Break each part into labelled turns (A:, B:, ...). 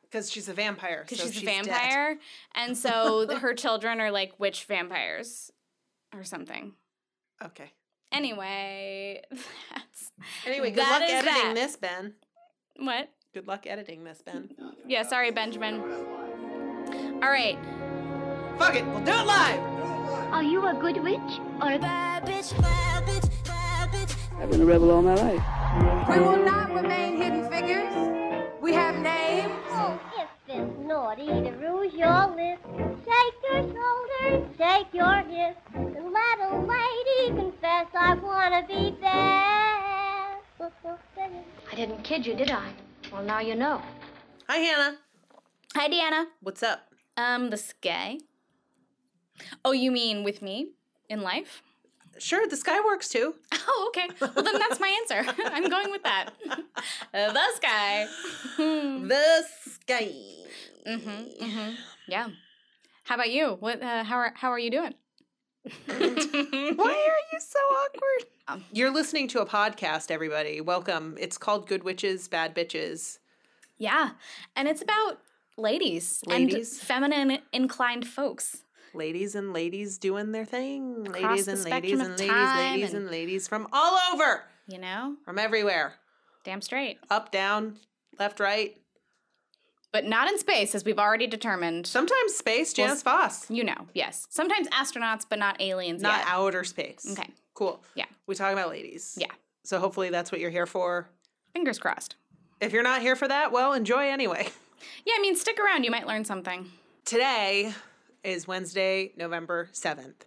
A: because she's a vampire.
B: because
A: so
B: she's, a
A: dead.
B: vampire, and so th- her children are like witch vampires or something.
A: Okay.
B: Anyway, that's
A: Anyway, good
B: That
A: luck
B: is
A: editing
B: that.
A: this, Ben.
B: what.
A: Good luck editing this, Ben.
B: Yeah, sorry, Benjamin. All right.
A: Fuck it, we'll do it live.
C: Are you a good witch or a bad bitch? Bad bitch, bad bitch.
D: I've been a rebel all my life.
E: We will not remain hidden figures. We have names.
C: Oh, if this naughty to rouge your lips, shake your shoulders, shake your hips, and let a lady confess I wanna be bad.
F: I didn't kid you, did I? Well, now you know.
A: Hi, Hannah.
B: Hi, Deanna.
A: What's up?
B: Um, the sky. Oh, you mean with me in life?
A: Sure, the sky works too.
B: Oh, okay. Well, then that's my answer. I'm going with that. the sky. Mm.
A: The sky.
B: Mm-hmm, hmm Yeah. How about you? What? Uh, how are How are you doing?
A: Why are you so awkward?
B: Um.
A: You're listening to a podcast, everybody. Welcome. It's called Good Witches, Bad Bitches.
B: yeah, and it's about ladies,
A: Ladies.
B: and feminine inclined folks.
A: Ladies and ladies doing their thing.
B: Across
A: Ladies
B: the
A: and ladies
B: spectrum
A: and
B: of
A: ladies,
B: time
A: ladies
B: and-
A: and ladies from all over,
B: You know,
A: from everywhere.
B: damn straight.
A: Up, down, left, right.
B: But not in space, as we've already determined.
A: Sometimes space,
B: Well,
A: Janice Foss.
B: you know, yes. Sometimes astronauts, but not aliens.
A: Not
B: yet.
A: outer space.
B: Okay.
A: Cool.
B: Yeah.
A: We talk about ladies.
B: Yeah.
A: So hopefully that's what you're here for.
B: Fingers crossed.
A: If you're not here for that, well, enjoy anyway.
B: Yeah, I mean, stick around. You might learn something.
A: Today is Wednesday, November 7th.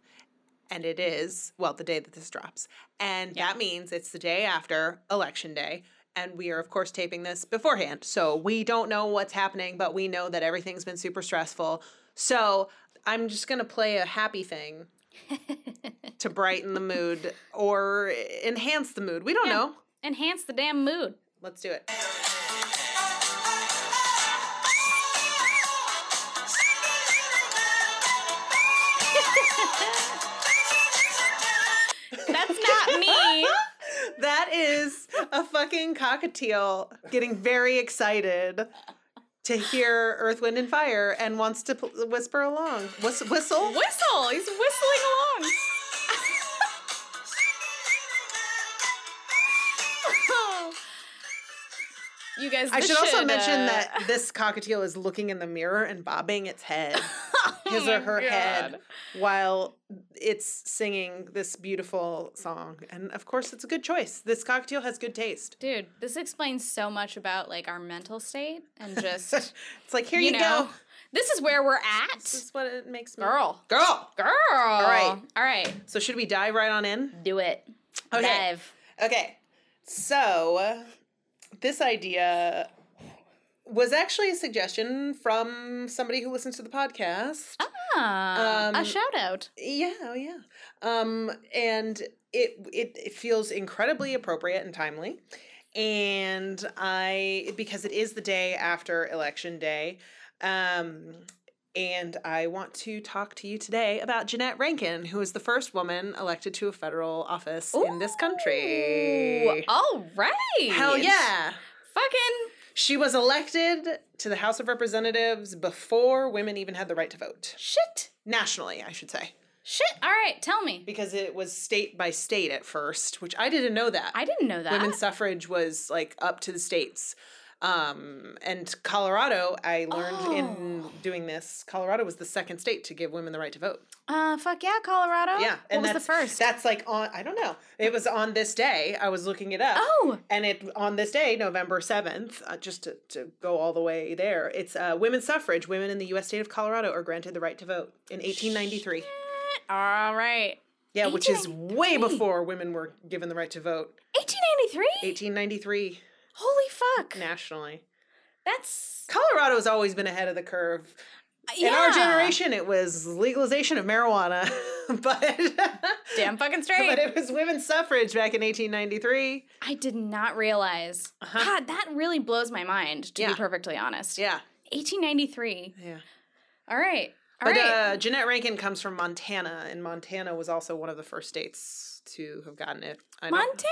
A: And it is, well, the day that this drops. And that means it's the day after Election Day. And we are, of course, taping this beforehand. So we don't know what's happening, but we know that everything's been super stressful. So I'm just going to play a happy thing to brighten the mood or enhance the mood. We don't know.
B: Enhance the damn mood.
A: Let's do it.
B: That's not me.
A: That is a fucking cockatiel getting very excited to hear Earth, Wind, and Fire and wants to pl- whisper along. Whis- whistle?
B: Whistle. He's whistling along. you guys.
A: I
B: this
A: should also mention
B: uh,
A: that this cockatiel is looking in the mirror and bobbing its head,
B: Oh
A: his or her head, while it's singing this beautiful song. And of course, it's a good choice. This cockatiel has good taste.
B: Dude, this explains so much about like our mental state and just
A: It's like, here
B: you,
A: you,
B: know,
A: go.
B: this is where we're at.
A: This is what it makes me.
B: Girl.
A: Girl.
B: Girl. All
A: right.
B: All right.
A: So, should we dive right on in?
B: Do it.
A: Okay.
B: Dive.
A: Okay. So this idea was actually a suggestion from somebody who listens to the podcast.
B: Ah,
A: Um,
B: a shout out.
A: Yeah, oh yeah. Um and it, it it feels incredibly appropriate and timely. And I because it is the day after election day. Um and I want to talk to you today about Jeanette Rankin, who is the first woman elected to a federal office in this country.
B: All right.
A: eh. Hell yeah.
B: Fucking
A: She was elected to the House of Representatives before women even had the right to vote.
B: shit.
A: Nationally, I should say.
B: Shit. All right. Tell me.
A: Because it was state by state at first, which I didn't know that.
B: I didn't know that.
A: Women's suffrage was like up to the states. Um, and Colorado, I learned
B: Oh.
A: in doing this, Colorado was the second state to give women the right to vote.
B: Uh, fuck yeah, Colorado.
A: Yeah.
B: What was the
A: that's-
B: first?
A: That's like on, I don't know. It was on this day. I was looking it up.
B: Oh.
A: And it on this day, November 7th, uh, just to, to go all the way there, it's uh, women's suffrage. Women in the U.S. state of Colorado are granted the right to vote in 1893.
B: All right.
A: Yeah, which is way before women were given the right to vote.
B: 1893?
A: 1893
B: Holy fuck.
A: nationally.
B: That's.
A: Colorado's always been ahead of the curve.
B: Yeah.
A: In our generation, it was legalization of marijuana, but.
B: Damn fucking
A: But
B: straight.
A: it was women's suffrage back in 1893.
B: I did not realize. God, that really blows my mind, to be
A: Uh-huh. Yeah.
B: perfectly honest.
A: Yeah.
B: 1893.
A: Yeah.
B: All right. All
A: But
B: right.
A: uh, Jeanette Rankin comes from Montana, and Montana was also one of the first states to have gotten it. I don't-
B: Montana. Yeah.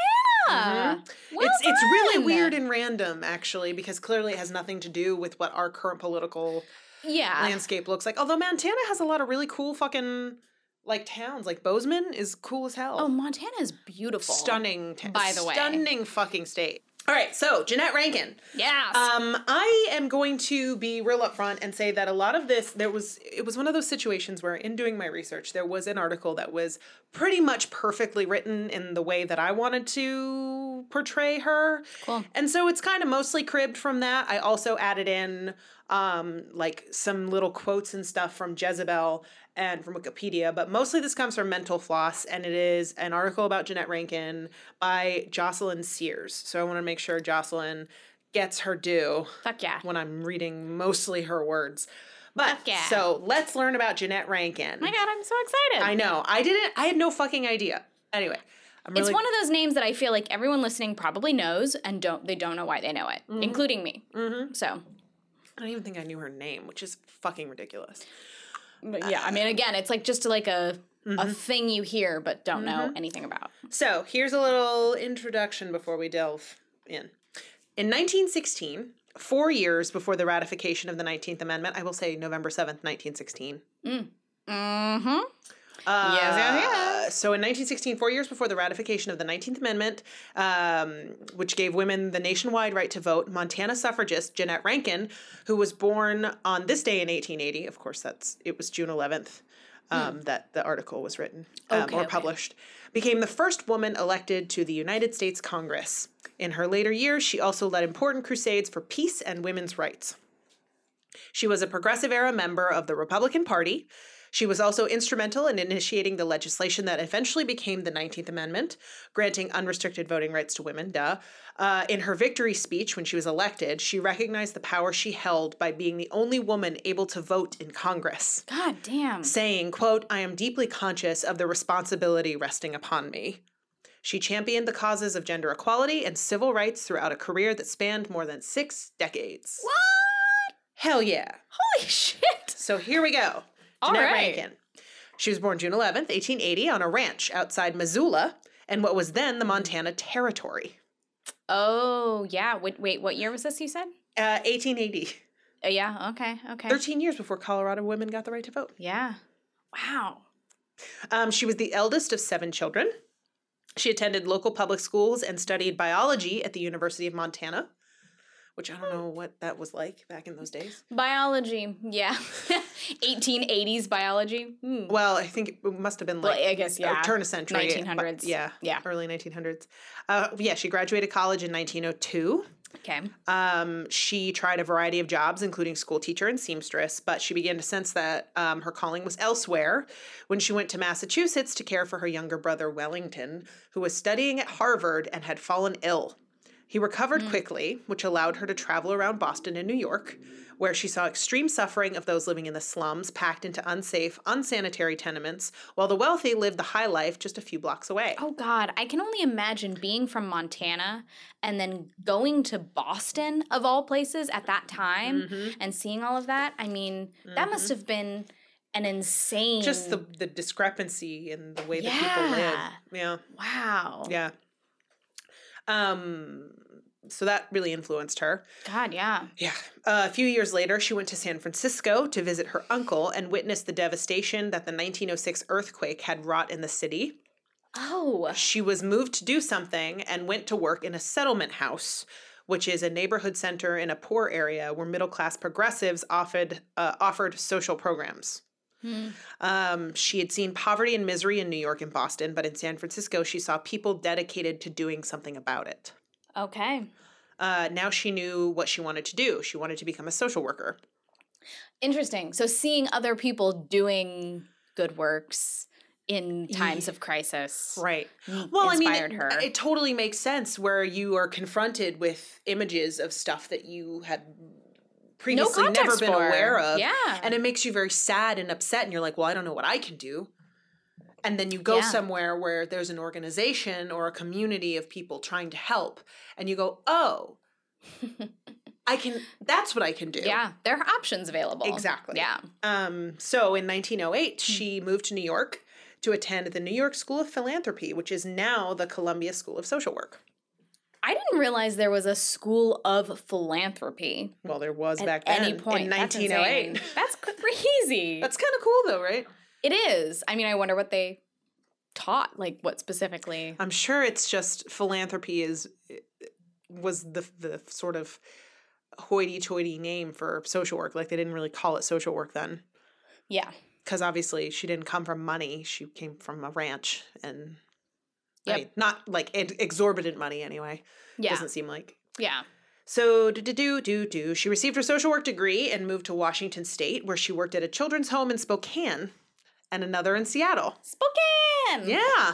B: Well
A: Mm-hmm. it's it's really
B: done.
A: weird and random actually because clearly it has nothing to do with what our current political
B: yeah.
A: landscape looks like. Although Montana has a lot of really cool fucking like towns. Like Bozeman is cool as hell.
B: Oh, Montana is beautiful.
A: stunning ta-
B: By the way.
A: stunning fucking state. All right, so Jeanette Rankin.
B: Yes.
A: Um, I am going to be real upfront and say that a lot of this, there was, it was one of those situations where, in doing my research, there was an article that was pretty much perfectly written in the way that I wanted to portray her.
B: Cool.
A: And so it's kind of mostly cribbed from that. I also added in, um, like some little quotes and stuff from Jezebel and from Wikipedia, but mostly this comes from Mental Floss, and it is an article about Jeanette Rankin by Jocelyn Sears. So I want to make sure Jocelyn gets her due
B: Fuck yeah.
A: when I'm reading mostly her words. But
B: yeah.
A: so let's learn about Jeanette Rankin.
B: Oh my god, I'm so excited.
A: I know. I didn't I had no fucking idea. Anyway, I'm really
B: It's one of those names that I feel like everyone listening probably knows and don't they don't know why they know it, including me. Mm-hmm. So
A: I don't even think I knew her name, which is fucking ridiculous.
B: but yeah, I
A: Uh,
B: mean again, it's like just like a
A: mm-hmm.
B: a thing you hear but don't know anything about.
A: So here's a little introduction before we delve in. In 1916, four years before the ratification of the 19th Amendment, I will say November 7th, 1916.
B: Mm-hmm.
A: Uh,
B: Yes, yes,
A: So in 1916, four years before the ratification of the 19th Amendment, um, which gave women the nationwide right to vote, Montana suffragist Jeanette Rankin, who was born on this day in 1880, of course, that's it was June 11th um, that the article was written um,
B: Hmm. Okay,
A: or
B: okay.
A: published, became the first woman elected to the United States Congress. In her later years, she also led important crusades for peace and women's rights. She was a progressive era member of the Republican Party. She was also instrumental in initiating the legislation that eventually became the 19th Amendment, granting unrestricted voting rights to women, duh. Uh, in her victory speech when she was elected, she recognized the power she held by being the only woman able to vote in Congress,
B: God damn.
A: saying, quote, I am deeply conscious of the responsibility resting upon me. She championed the causes of gender equality and civil rights throughout a career that spanned more than six decades.
B: What?
A: Hell yeah.
B: Holy shit.
A: So here we go.
B: All
A: Jeanette
B: right.
A: Rankin. She was born June 11th, 1880, on a ranch outside Missoula and what was then the Montana Territory.
B: Oh yeah. Wait, wait, what year was this you said?
A: Uh, 1880,
B: Oh yeah, okay, okay.
A: 13 years before Colorado women got the right to vote.
B: Yeah. Wow.
A: Um, she was the eldest of seven children. She attended local public schools and studied biology at the University of Montana, which I don't know what that was like back in those days.
B: Biology, yeah. 1880s biology. Hmm.
A: Well, I think it must have been
B: Well,
A: like
B: I guess,
A: uh,
B: yeah.
A: turn of century, but-
B: 1900s.
A: yeah,
B: Yeah.
A: early 1900s. Uh, yeah, she graduated college in 1902.
B: Okay.
A: Um, she tried a variety of jobs, including school teacher and seamstress, but she began to sense that um, her calling was elsewhere when she went to Massachusetts to care for her younger brother, Wellington, who was studying at Harvard and had fallen ill. He recovered
B: Hmm.
A: quickly, which allowed her to travel around Boston and New York, where she saw extreme suffering of those living in the slums, packed into unsafe, unsanitary tenements, while the wealthy lived the high life just a few blocks away.
B: Oh God, I can only imagine being from Montana and then going to Boston of all places at that time and seeing all of that. I mean, that must have been an insane
A: Just the, the discrepancy in the way that people live.
B: Yeah.
A: Yeah.
B: Wow.
A: Yeah. Um so that really influenced her.
B: God, yeah.
A: Yeah. a few years later, she went to San Francisco to visit her uncle and witnessed the devastation that the 1906 earthquake had wrought in the city.
B: Oh.
A: She was moved to do something and went to work in a settlement house, which is a neighborhood center in a poor area where middle class progressives offered uh, offered social programs. Um, she had seen poverty and misery in New York and Boston, but in San Francisco, she saw people dedicated to doing something about it.
B: Okay.
A: Uh, now she knew what she wanted to do. She wanted to become a social worker.
B: Interesting. So seeing other people doing good works in times of crisis.
A: Right. Well, I mean,
B: Mm, inspired
A: it-
B: her.
A: it totally makes sense where you are confronted with images of stuff that you had previously never
B: context
A: been
B: for.
A: aware of.
B: Yeah.
A: And it makes you very sad and upset, and you're like, well, I don't know what I can do. And then you go
B: Yeah.
A: somewhere where there's an organization or a community of people trying to help, and you go, oh, I can, that's what I can do.
B: Yeah, there are options available.
A: Exactly.
B: Yeah.
A: Um, so in 1908,
B: Hmm.
A: she moved to New York to attend the New York School of Philanthropy, which is now the Columbia School of Social Work.
B: I didn't realize there was a school of philanthropy
A: Well, there was
B: at
A: back then
B: any point.
A: in
B: That's
A: 1908.
B: insane. That's crazy.
A: That's kind of cool though, right?
B: it is. I mean, I wonder what they taught, like what specifically.
A: I'm sure it's just philanthropy is was the the sort of hoity-toity name for social work. Like they didn't really call it social work then,
B: Yeah.
A: because obviously she didn't come from money. She came from a ranch, and
B: Yep.
A: I mean, not like ex- exorbitant money anyway.
B: Yeah.
A: Doesn't seem like
B: yeah.
A: So, do, do, do, do, do. She received her social work degree and moved to Washington State, where she worked at a children's home in Spokane and another in Seattle.
B: Spokane.
A: Yeah.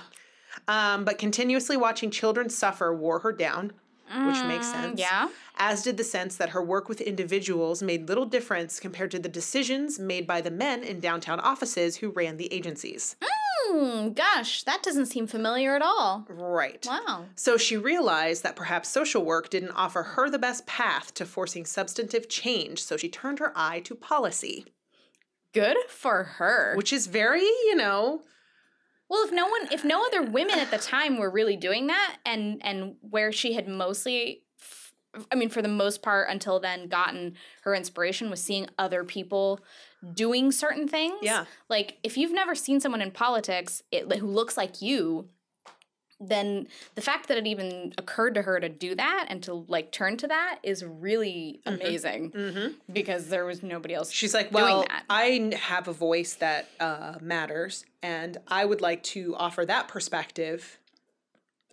A: Um, but continuously watching children suffer wore her down, which makes
B: Mm,
A: sense.
B: Yeah.
A: As did the sense that her work with individuals made little difference compared to the decisions made by the men in downtown offices who ran the agencies.
B: Hmm. Gosh, that doesn't seem familiar at all.
A: Right.
B: Wow.
A: So she realized that perhaps social work didn't offer her the best path to forcing substantive change, so she turned her eye to policy,
B: Good for her.
A: which is very, you know,
B: Well, if no one, if no other women at the time were really doing that, and and where she had mostly, f- I mean, for the most part until then, gotten her inspiration was seeing other people doing certain things.
A: Yeah.
B: like if you've never seen someone in politics it, who looks like you, then the fact that it even occurred to her to do that and to like turn to that is really amazing because there was nobody else.
A: Mm-hmm. she's like,
B: Mm-hmm. doing
A: well,
B: that.
A: I n- have a voice that uh, matters, and I would like to offer that perspective.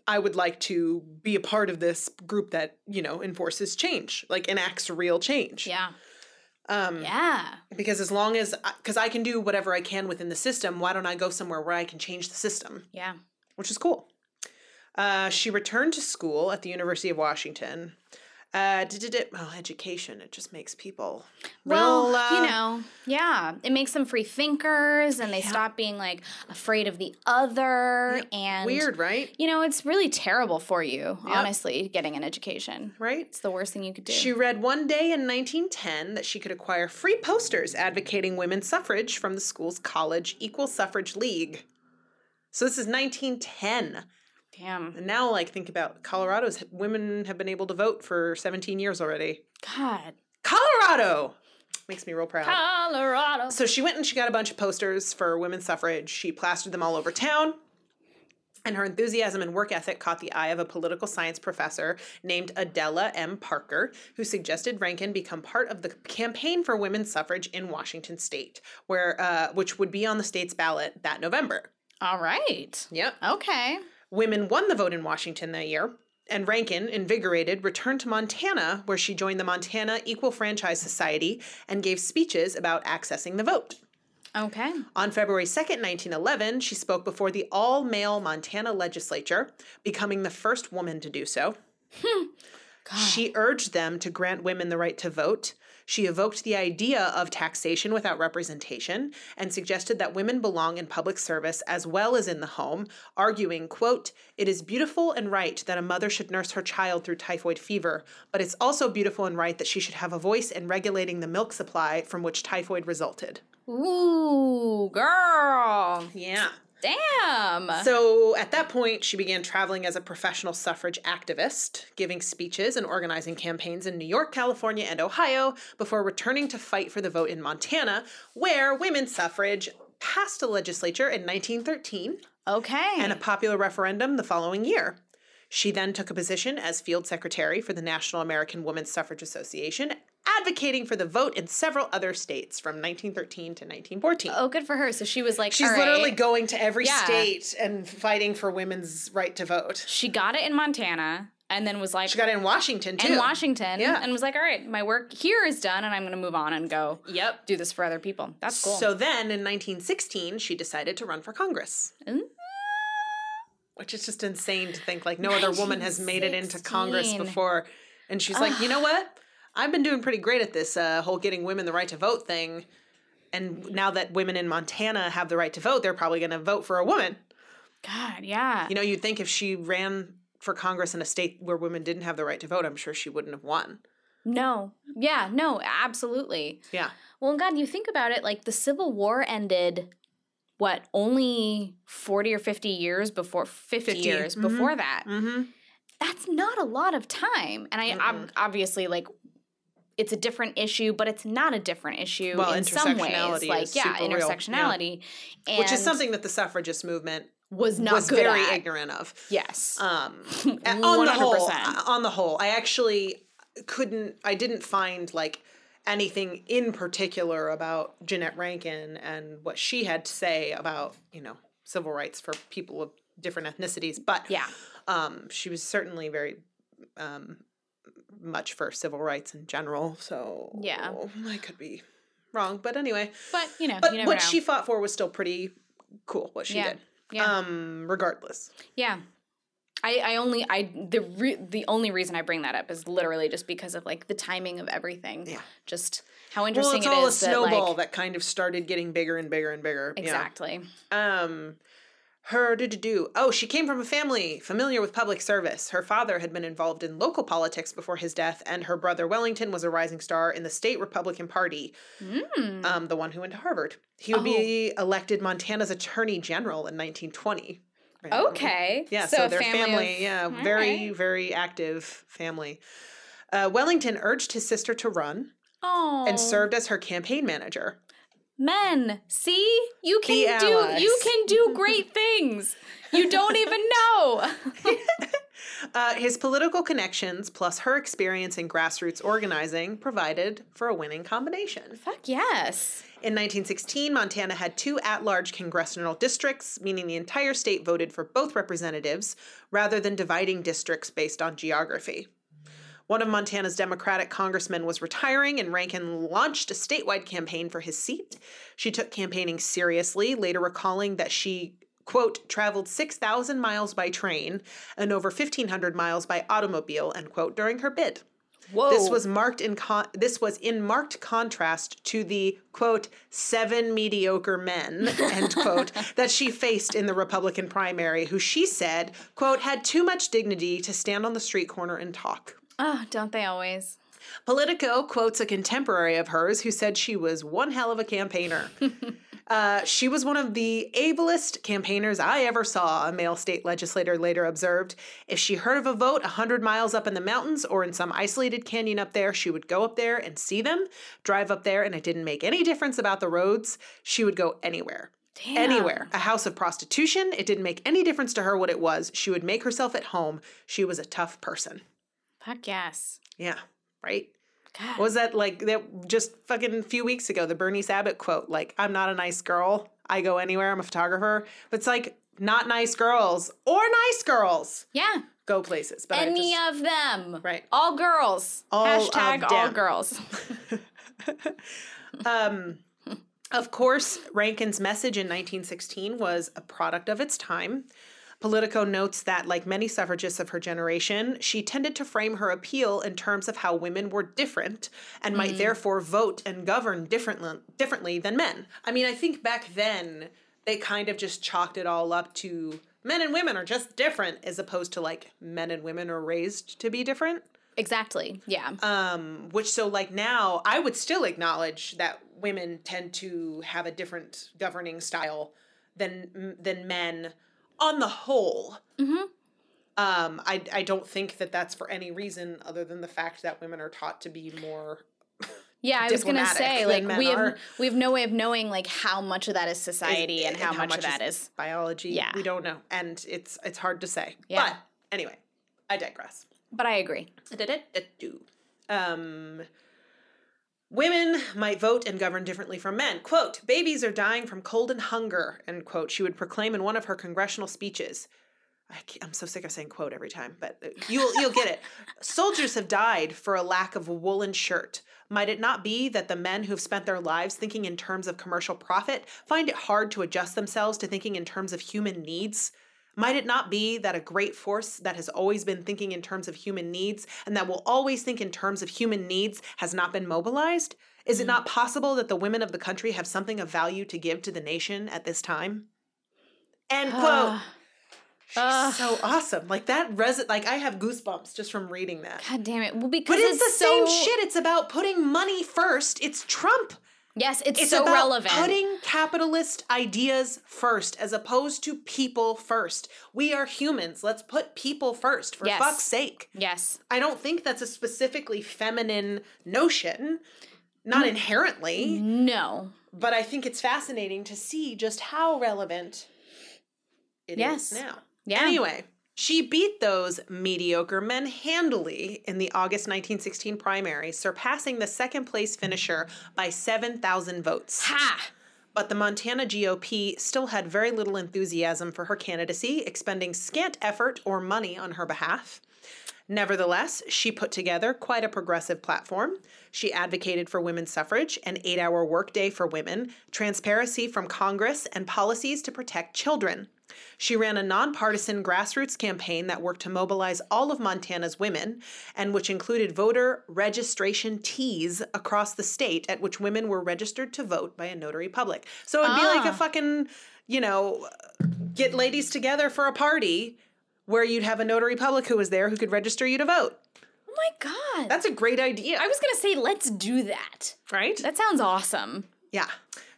A: I would like to be a part of this group that, you know, enforces change, like enacts real change.
B: yeah,
A: Um,
B: yeah,
A: Because as long as, because I can do whatever I can within the system, why don't I go somewhere where I can change the system?
B: yeah.
A: which is cool. Uh, she returned to school at the University of Washington. Uh, did it? Well, education it just makes people
B: Well,
A: real, uh,
B: you know, yeah, it makes them free thinkers, and they stop being like afraid of the other. And
A: weird, right?
B: you know, it's really terrible for you,
A: Yep.
B: honestly, getting an education.
A: Right.
B: It's the worst thing you could do.
A: She read one day in 1910 that she could acquire free posters advocating women's suffrage from the school's college equal suffrage league. So this is 1910.
B: Damn,
A: And now, like, think about Colorado's women have been able to vote for 17 years already.
B: God,
A: Colorado makes me real proud.
B: Colorado.
A: So she went and she got a bunch of posters for women's suffrage. She plastered them all over town. And her enthusiasm and work ethic caught the eye of a political science professor named Adela M. Parker, who suggested Rankin become part of the campaign for women's suffrage in Washington state, where uh, which would be on the state's ballot that November.
B: All right,
A: Yep.
B: okay.
A: Women won the vote in Washington that year, and Rankin, invigorated, returned to Montana, where she joined the Montana Equal Franchise Society and gave speeches about accessing the vote.
B: Okay.
A: On February 2nd, 1911, she spoke before the all male Montana legislature, becoming the first woman to do so. she urged them to grant women the right to vote. She evoked the idea of taxation without representation and suggested that women belong in public service as well as in the home, arguing, quote, "It is beautiful and right that a mother should nurse her child through typhoid fever, but it's also beautiful and right that she should have a voice in regulating the milk supply from which typhoid resulted."
B: Ooh, girl.
A: Yeah.
B: Damn.
A: So at that point, she began traveling as a professional suffrage activist, giving speeches and organizing campaigns in New York, California, and Ohio before returning to fight for the vote in Montana, where women's suffrage passed a legislature in 1913
B: okay.
A: and a popular referendum the following year. She then took a position as field secretary for the National American Women's Suffrage Association, advocating for the vote in several other states from 1913 to 1914.
B: oh, good for her. So she was like,
A: She's
B: all right.
A: literally going to every
B: Yeah.
A: state and fighting for women's right to vote.
B: She got it in Montana, and then was like,
A: She got it in Washington too.
B: in Washington
A: Yeah.
B: and was like, all right, my work here is done and I'm going to move on and go
A: Yep.
B: do this for other people. That's cool.
A: So then in 1916, she decided to run for Congress,
B: Mm.
A: which is just insane to think like no other woman has made it into Congress
B: 1916.
A: before. And she's like, you know what? I've been doing pretty great at this uh, whole getting women the right to vote thing. And now that women in Montana have the right to vote, they're probably going to vote for a woman.
B: God, yeah.
A: You know, you'd think if she ran for Congress in a state where women didn't have the right to vote, I'm sure she wouldn't have won.
B: no. Yeah, no, absolutely.
A: Yeah.
B: Well, and God, you think about it, like the Civil War ended what only 40 or 50 years before 50,
A: 50,
B: years
A: mhm.
B: before that.
A: Mm-hmm.
B: that's not a lot of time. And I ob- obviously like it's a different issue, but it's not a different issue
A: Well,
B: in some ways.
A: intersectionality
B: Like
A: is
B: yeah,
A: super real, yeah.
B: intersectionality, And
A: which is something that the suffragist movement
B: was not
A: was
B: good
A: very
B: at.
A: ignorant of.
B: Yes,
A: Um, on the whole, uh,
B: 100%.
A: on the whole, I actually couldn't. I didn't find like anything in particular about Jeanette Rankin and what she had to say about you know civil rights for people of different ethnicities. But
B: yeah,
A: um, she was certainly very um, much for civil rights in general. So
B: Yeah.
A: I could be wrong, but anyway.
B: but you know,
A: But
B: you never
A: what
B: know.
A: she fought for was still pretty cool. What she
B: Yeah.
A: did,
B: yeah.
A: um, regardless.
B: Yeah. I, I only I the re- the only reason I bring that up is literally just because of like the timing of everything.
A: Yeah.
B: Just how
A: Well,
B: interesting
A: it's all
B: it
A: a
B: is
A: snowball
B: that like
A: that kind of started getting bigger and bigger and bigger. yeah.
B: exactly.
A: Um, her did do. Oh, she came from a family familiar with public service. Her father had been involved in local politics before his death, and her brother Wellington was a rising star in the state Republican Party.
B: Hmm.
A: Um, the one who went to Harvard. He would be
B: Oh.
A: elected Montana's Attorney General in 1920. Randomly.
B: Okay.
A: Yeah, so,
B: a
A: their family, Mm-hmm,
B: of-
A: yeah,
B: All
A: very,
B: right.
A: very active family. Uh, Wellington urged his sister to run
B: Aw.
A: and served as her campaign manager.
B: Oh, Men, see? You
A: Be
B: can do you
A: allies.
B: can do great things. You don't even know.
A: Uh, his political connections plus her experience in grassroots organizing provided for a winning combination.
B: Fuck yes.
A: In 1916, Montana had two at large congressional districts, meaning the entire state voted for both representatives rather than dividing districts based on geography. One of Montana's Democratic congressmen was retiring, and Rankin launched a statewide campaign for his seat. She took campaigning seriously, later recalling that she, quote, traveled 6,000 miles by train and over 1,500 miles by automobile, end quote, during her bid.
B: Whoa.
A: This was marked in con- this was in marked contrast to the quote seven mediocre men end quote that she faced in the Republican primary, who she said quote had too much dignity to stand on the street corner and talk.
B: Oh, don't they always?
A: Politico quotes a contemporary of hers who said she was one hell of a campaigner. Uh, she was one of the ablest campaigners I ever saw, a male state legislator later observed. If she heard of a vote 100 miles up in the mountains or in some isolated canyon up there, she would go up there and see them, drive up there, and it didn't make any difference about the roads. She would go anywhere. Anywhere. A house of prostitution. It didn't make any difference to her what it was. She would make herself at home. She was a tough person.
B: Fuck yes.
A: Yeah, right?
B: God.
A: What was that like that just fucking few weeks ago the bernie sabat quote like i'm not a nice girl i go anywhere i'm a photographer but it's like not nice girls or nice girls
B: Yeah.
A: go places but I
B: Any
A: just-
B: of them.
A: Right.
B: All girls.
A: All of
B: Hashtag all
A: them.
B: girls.
A: um of course rankin's message in 1916 was a product of its time Politico notes that, like many suffragists of her generation, she tended to frame her appeal in terms of how women were different and might therefore vote and govern differently, differently than men. I mean, I think back then they kind of just chalked it all up to men and women are just different as opposed to like men and women are raised to be different.
B: Exactly. Yeah.
A: Um, which so like now I would still acknowledge that women tend to have a different governing style than than men on the whole.
B: Mm-hmm.
A: Um, I I don't think that that's for any reason other than the fact that women are taught to be more.
B: yeah, I was gonna
A: diplomatic
B: say
A: than
B: like
A: men
B: we have
A: are.
B: we have no way of knowing like how much of that is society and, how, much, of that is.
A: biology?
B: Yeah.
A: we don't know, and it's it's hard to say.
B: Yeah.
A: But anyway, I digress.
B: But I agree.
A: Da-da-da-da-do. Um, women might vote and govern differently from men. Quote, babies are dying from cold and hunger, end quote, she would proclaim in one of her congressional speeches. I am so sick of saying quote every time, but uh, you'll, you'll get it. Soldiers have died for a lack of a woolen shirt. Might it not be that the men who've spent their lives thinking in terms of commercial profit find it hard to adjust themselves to thinking in terms of human needs? Might it not be that a great force that has always been thinking in terms of human needs and that will always think in terms of human needs has not been mobilized? Is it not possible that the women of the country have something of value to give to the nation at this time? End
B: Ah.
A: quote. She's
B: Ugh.
A: so awesome. Like that res like I have goosebumps just from reading that.
B: God damn it. Well, because
A: But it's the same
B: so,
A: shit. It's about putting money first. It's Trump.
B: Yes, it's,
A: It's
B: so
A: about
B: relevant.
A: putting capitalist ideas first as opposed to people first. We are humans. Let's put people first for
B: Yes.
A: fuck's sake.
B: yes.
A: I don't think that's a specifically feminine notion,
B: Mm.
A: not inherently,
B: No.
A: but I think it's fascinating to see just how relevant it is
B: Yes.
A: now.
B: Yeah.
A: Anyway, she beat those mediocre men handily in the August 1916 primary, surpassing the second place finisher by 7,000 votes.
B: Ha.
A: But the Montana GOP still had very little enthusiasm for her candidacy, expending scant effort or money on her behalf. Nevertheless, she put together quite a progressive platform. She advocated for women's suffrage, an eight hour workday for women, transparency from Congress, and policies to protect children. She ran a nonpartisan grassroots campaign that worked to mobilize all of Montana's women and which included voter registration teas across the state at which women were registered to vote by a notary public. So it'd be
B: Ah.
A: like a fucking, you know, get ladies together for a party where you'd have a notary public who was there who could register you to vote.
B: Oh my god.
A: That's a great idea,
B: I was gonna say let's do that.
A: right?
B: That sounds awesome.
A: Yeah.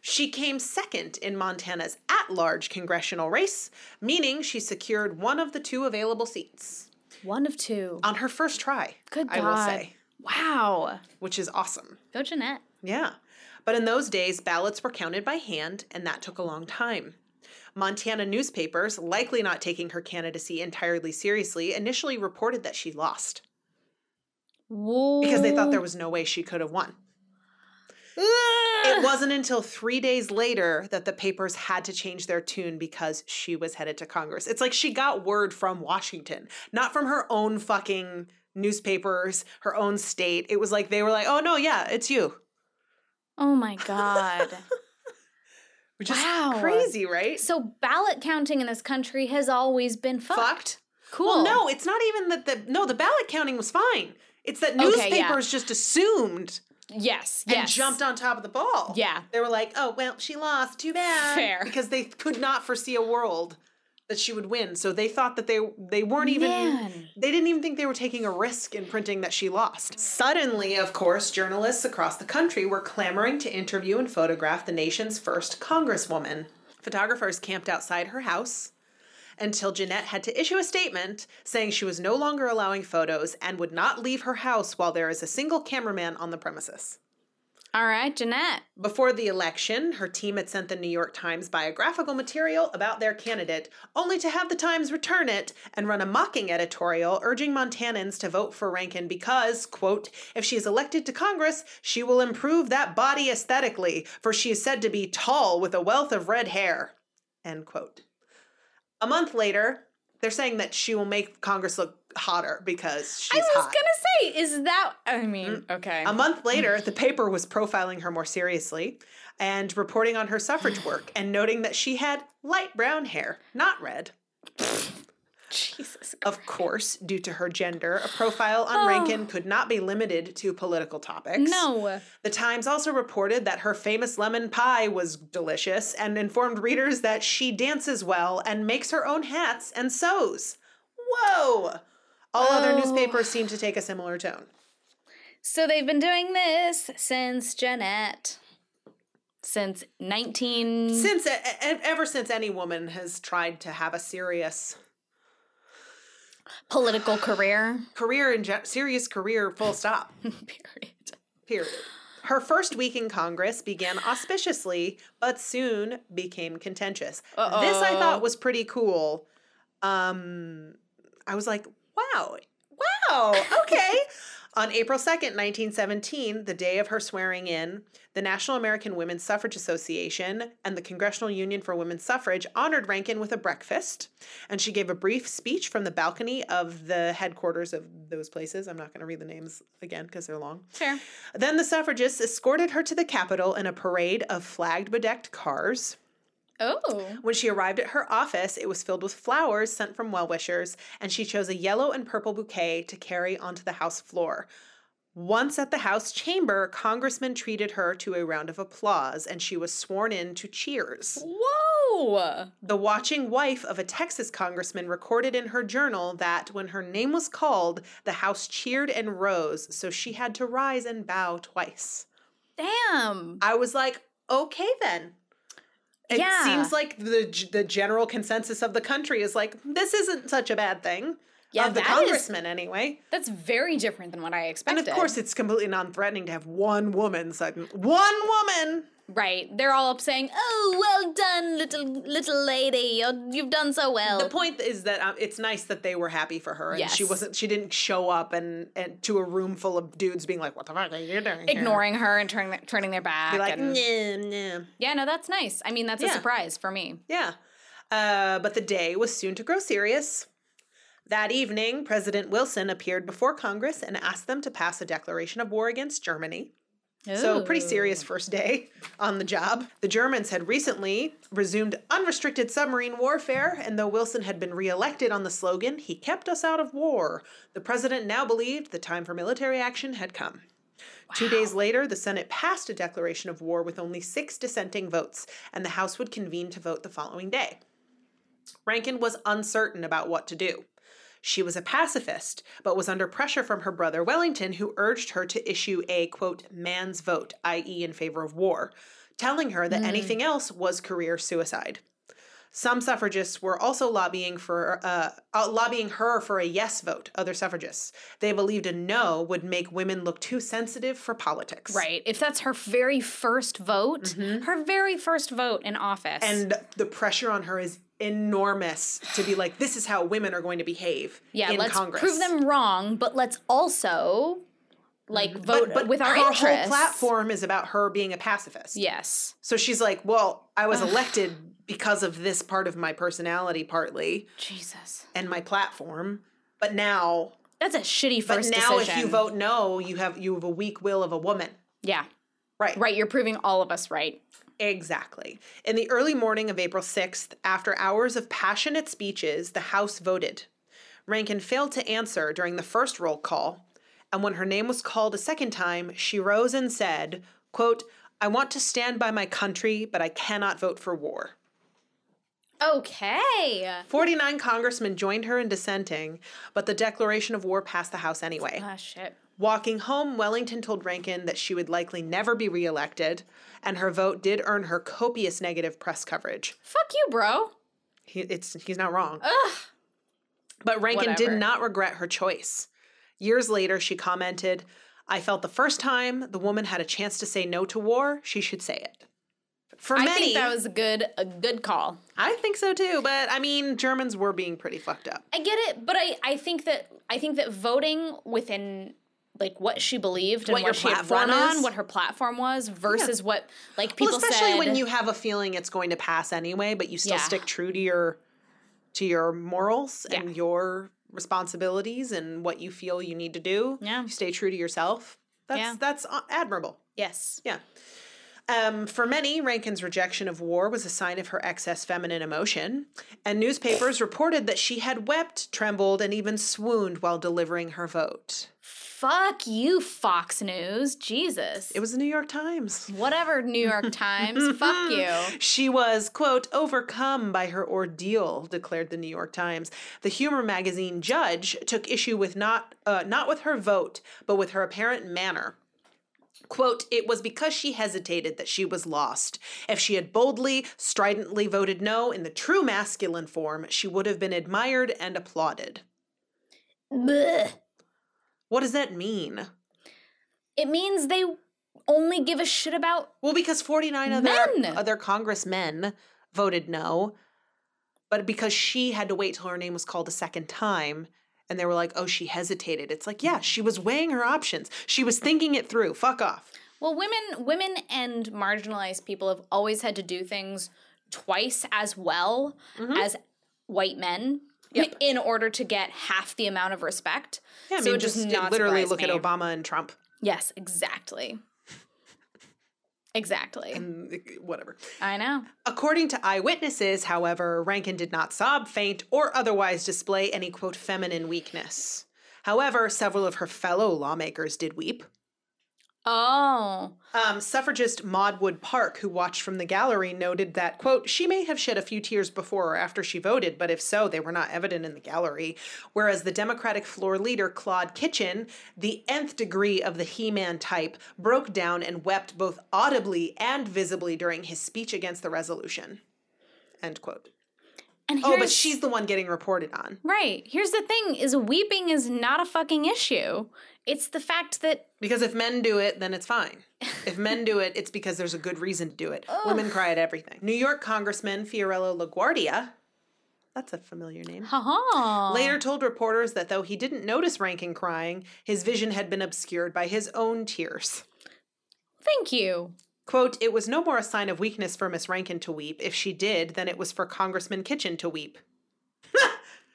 A: She came second in Montana's at large congressional race, meaning she secured one of the two available seats
B: One of two.
A: on her first try,
B: Good
A: I will
B: God.
A: say,
B: Wow.
A: which is awesome.
B: Go Jeanette.
A: Yeah. But in those days, ballots were counted by hand, and that took a long time. Montana newspapers, likely not taking her candidacy entirely seriously, initially reported that she lost
B: Whoa.
A: because they thought there was no way she could have won. It wasn't until three days later that the papers had to change their tune because she was headed to Congress. It's like she got word from Washington, not from her own fucking newspapers, her own state. It was like they were like, oh no, yeah, it's you.
B: Oh my god.
A: Which is
B: Wow.
A: crazy, right?
B: so ballot counting in this country has always been fucked.
A: Fucked.
B: Cool.
A: Well, no, it's not even that the no, the ballot counting was fine. It's that newspapers
B: Okay, yeah.
A: just assumed
B: Yes.
A: and
B: yes.
A: jumped on top of the ball.
B: Yeah.
A: They were like, "Oh, well, she lost. Too bad."
B: Fair.
A: Because they could not foresee a world that she would win. So they thought that they they weren't even
B: Man.
A: they didn't even think they were taking a risk in printing that she lost. Suddenly, of course, journalists across the country were clamoring to interview and photograph the nation's first congresswoman. Photographers camped outside her house until Jeanette had to issue a statement saying she was no longer allowing photos and would not leave her house while there is a single cameraman on the premises.
B: All right, Jeanette.
A: Before the election, her team had sent the New York Times biographical material about their candidate, only to have the Times return it and run a mocking editorial urging Montanans to vote for Rankin because, quote, if she is elected to Congress, she will improve that body aesthetically, for she is said to be tall with a wealth of red hair, end quote. A month later, they're saying that she will make Congress look hotter because she's
B: I was
A: hot. Mm,
B: gonna say, is that? I mean, okay.
A: A month later, the paper was profiling her more seriously and reporting on her suffrage work and noting that she had light brown hair, not red.
B: Jesus.
A: Of course, due to her gender, a profile on Rankin could not be limited to political topics.
B: No.
A: The Times also reported that her famous lemon pie was delicious and informed readers that she dances well and makes her own hats and sews. Whoa! All other newspapers seem to take a similar tone.
B: So they've been doing this since Jeanette, since nineteen.
A: since e- e- ever since any woman has tried to have a serious
B: political career.
A: career in gen- serious career full stop
B: Period.
A: period her first week in congress began auspiciously but soon became contentious this i thought was pretty cool um i was like wow wow okay On April 2nd, 1917, the day of her swearing in, the National American Women's Suffrage Association and the Congressional Union for Women's Suffrage honored Rankin with a breakfast. And she gave a brief speech from the balcony of the headquarters of those places. I'm not going to read the names again because they're long.
B: Fair.
A: Then the suffragists escorted her to the Capitol in a parade of flagged bedecked cars.
B: Oh.
A: When she arrived at her office, it was filled with flowers sent from well wishers, and she chose a yellow and purple bouquet to carry onto the House floor. Once at the House chamber, Congressman treated her to a round of applause, and she was sworn in to cheers.
B: Whoa.
A: The watching wife of a Texas congressman recorded in her journal that when her name was called, the House cheered and rose, so she had to rise and bow twice.
B: Damn.
A: I was like, okay then. It
B: Yeah.
A: seems like the g- the general consensus of the country is like this isn't such a bad thing.
B: Yeah,
A: of the
B: that is-
A: congressman anyway.
B: That's very different than what I
A: And
B: expected.
A: of course, it's completely non-threatening to have one woman sudden one woman.
B: right. They're all up saying, "Oh, well done, little little lady. You're, you've done so well."
A: The point is that um, it's nice that they were happy for her, and she
B: Yes.
A: wasn't. She didn't show up and, and to a room full of dudes being like, "What the fuck are you doing?" here?"
B: Ignoring her and turning th- turning their back.
A: Be like,
B: and-
A: "Nah, nah."
B: yeah, no, that's nice. I mean, that's a
A: Yeah.
B: surprise for me.
A: Yeah. Uh, but the day was soon to grow serious. That evening, President Wilson appeared before Congress and asked them to pass a declaration of war against Germany. So, pretty serious first day on the job. The Germans had recently resumed unrestricted submarine warfare, and though Wilson had been reelected on the slogan, he kept us out of war, the president now believed the time for military action had come. Two days later, the Senate passed a declaration of war with only six dissenting votes, and the House would convene to vote the following day. Rankin was uncertain about what to do. She was a pacifist, but was under pressure from her brother Wellington, who urged her to issue a, quote, man's vote, i.e., in favor of war, telling her
B: Mm.
A: that anything else was career suicide. Some suffragists were also lobbying for uh, uh, lobbying her for a yes vote. Other suffragists they believed a no would make women look too sensitive for politics.
B: Right. If that's her very first vote, her very first vote in office.
A: Mm-hmm. and the pressure on her is enormous to be like, this is how women are going to behave.
B: yeah,
A: in
B: let's
A: Congress.
B: prove them wrong, but let's also like vote
A: But, but
B: with our
A: her
B: interests.
A: whole platform is about her being a pacifist.
B: Yes.
A: So she's like, well, I was elected because of this part of my personality, partly,
B: Jesus.
A: and my platform. But now,
B: That's a shitty
A: but
B: first
A: now, if you
B: decision.
A: vote no, you have you have a weak will of a woman.
B: Yeah.
A: Right.
B: Right, you're proving all of us right.
A: Exactly. In the early morning of April 6th, after hours of passionate speeches, the House voted. Rankin failed to answer during the first roll call, and when her name was called a second time, she rose and said, quote, I want to stand by my country, but I cannot vote for war.
B: Okay.
A: 49 congressmen joined her in dissenting, but the declaration of war passed the House anyway.
B: Ah, shit.
A: Walking home, Wellington told Rankin that she would likely never be reelected, and her vote did earn her copious negative press coverage.
B: Fuck you, bro.
A: He, it's he's not wrong.
B: Ugh.
A: But Rankin
B: Whatever.
A: did not regret her choice. Years later, she commented, "I felt the first time the woman had a chance to say no to war, she should say it." For
B: I
A: many,
B: think that was a good a good call.
A: I think so too. But I mean, Germans were being pretty fucked up.
B: I get it, but I I think that I think that voting within like what she believed and
A: What
B: what,
A: your
B: she had
A: platform
B: run on,
A: is.
B: what her platform was versus what like people
A: well, especially
B: said.
A: when you have a feeling it's going to pass anyway, but you still
B: Yeah.
A: stick true to your to your morals
B: Yeah.
A: and your responsibilities and what you feel you need to do.
B: Yeah.
A: You stay true to yourself. That's
B: Yeah.
A: that's uh, admirable.
B: yes,
A: Yeah. Um, for many, Rankin's rejection of war was a sign of her excess feminine emotion, and newspapers reported that she had wept, trembled, and even swooned while delivering her vote.
B: fuck you, Fox News, Jesus,
A: It was the New York Times.
B: whatever New York Times, fuck you.
A: She was, quote, overcome by her ordeal, declared the New York Times. The humor magazine judge took issue with not uh, not with her vote, but with her apparent manner. Quote, it was because she hesitated that she was lost. If she had boldly, stridently voted no in the true masculine form, she would have been admired and applauded.
B: Blech.
A: What does that mean?
B: It means they only give a shit about
A: Well, because 49 other,
B: Men.
A: other congressmen voted no, but because she had to wait till her name was called a second time, and they were like, oh, she hesitated. It's like, yeah, she was weighing her options. She was thinking it through. Fuck off.
B: Well, women, women, and marginalized people have always had to do things twice as well
A: Mm-hmm.
B: as white men in order to get half the amount of respect.
A: Yeah, I
B: So
A: mean,
B: it does
A: just
B: not
A: literally
B: surprise
A: look
B: me.
A: at Obama and Trump.
B: Yes, exactly. exactly.
A: Mm, Whatever.
B: I know.
A: According to eyewitnesses, however, Rankin did not sob, faint, or otherwise display any, quote, feminine weakness. However, several of her fellow lawmakers did weep.
B: Oh.
A: Um, suffragist Maud Wood Park, who watched from the gallery, noted that, quote, she may have shed a few tears before or after she voted, but if so, they were not evident in the gallery. Whereas the Democratic floor leader, Claude Kitchen, the nth degree of the He Man type, broke down and wept both audibly and visibly during his speech against the resolution. End quote.
B: And
A: Oh,
B: here's,
A: but she's the one getting reported on
B: right. Here's the thing: is weeping is not a fucking issue. It's the fact that
A: because if men do it, then it's fine. If men do it, it's because there's a good reason to do it. Women cry at everything. New York Congressman Fiorello LaGuardia, that's a familiar name.
B: ha
A: Later told reporters that though he didn't notice Rankin crying, his vision had been obscured by his own tears.
B: Thank you.
A: Quote, it was no more a sign of weakness for Miss Rankin to weep. If she did, then it was for Congressman Kitchen to weep.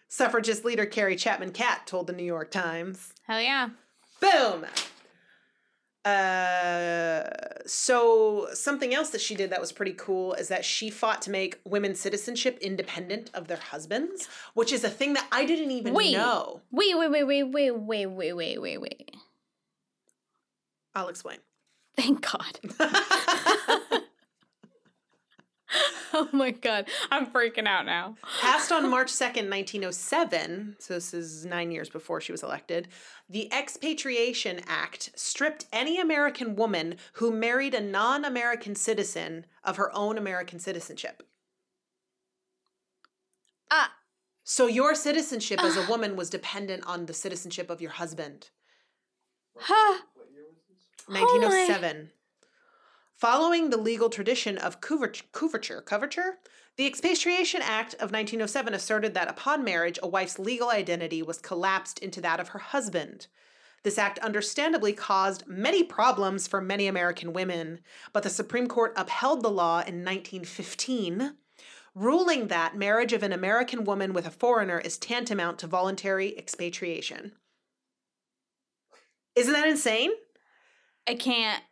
A: Suffragist leader Carrie Chapman Catt told the New York Times.
B: Hell yeah.
A: Boom. Uh, so something else that she did that was pretty cool is that she fought to make women's citizenship independent of their husbands, which is a thing that I didn't even
B: Wait.
A: know.
B: Wait, wait, wait, wait, wait, wait, wait, wait, wait, wait.
A: I'll explain.
B: Thank God. oh my God. I'm freaking out now.
A: Passed on March 2nd, 1907, so this is nine years before she was elected, the Expatriation Act stripped any American woman who married a non American citizen of her own American citizenship.
B: Ah.
A: So your citizenship as a woman was dependent on the citizenship of your husband.
B: Huh.
A: 1907. Following the legal tradition of couverture, couverture, coverture, the Expatriation Act of 1907 asserted that upon marriage, a wife's legal identity was collapsed into that of her husband. This act understandably caused many problems for many American women, but the Supreme Court upheld the law in 1915, ruling that marriage of an American woman with a foreigner is tantamount to voluntary expatriation. Isn't that insane?
B: I can't.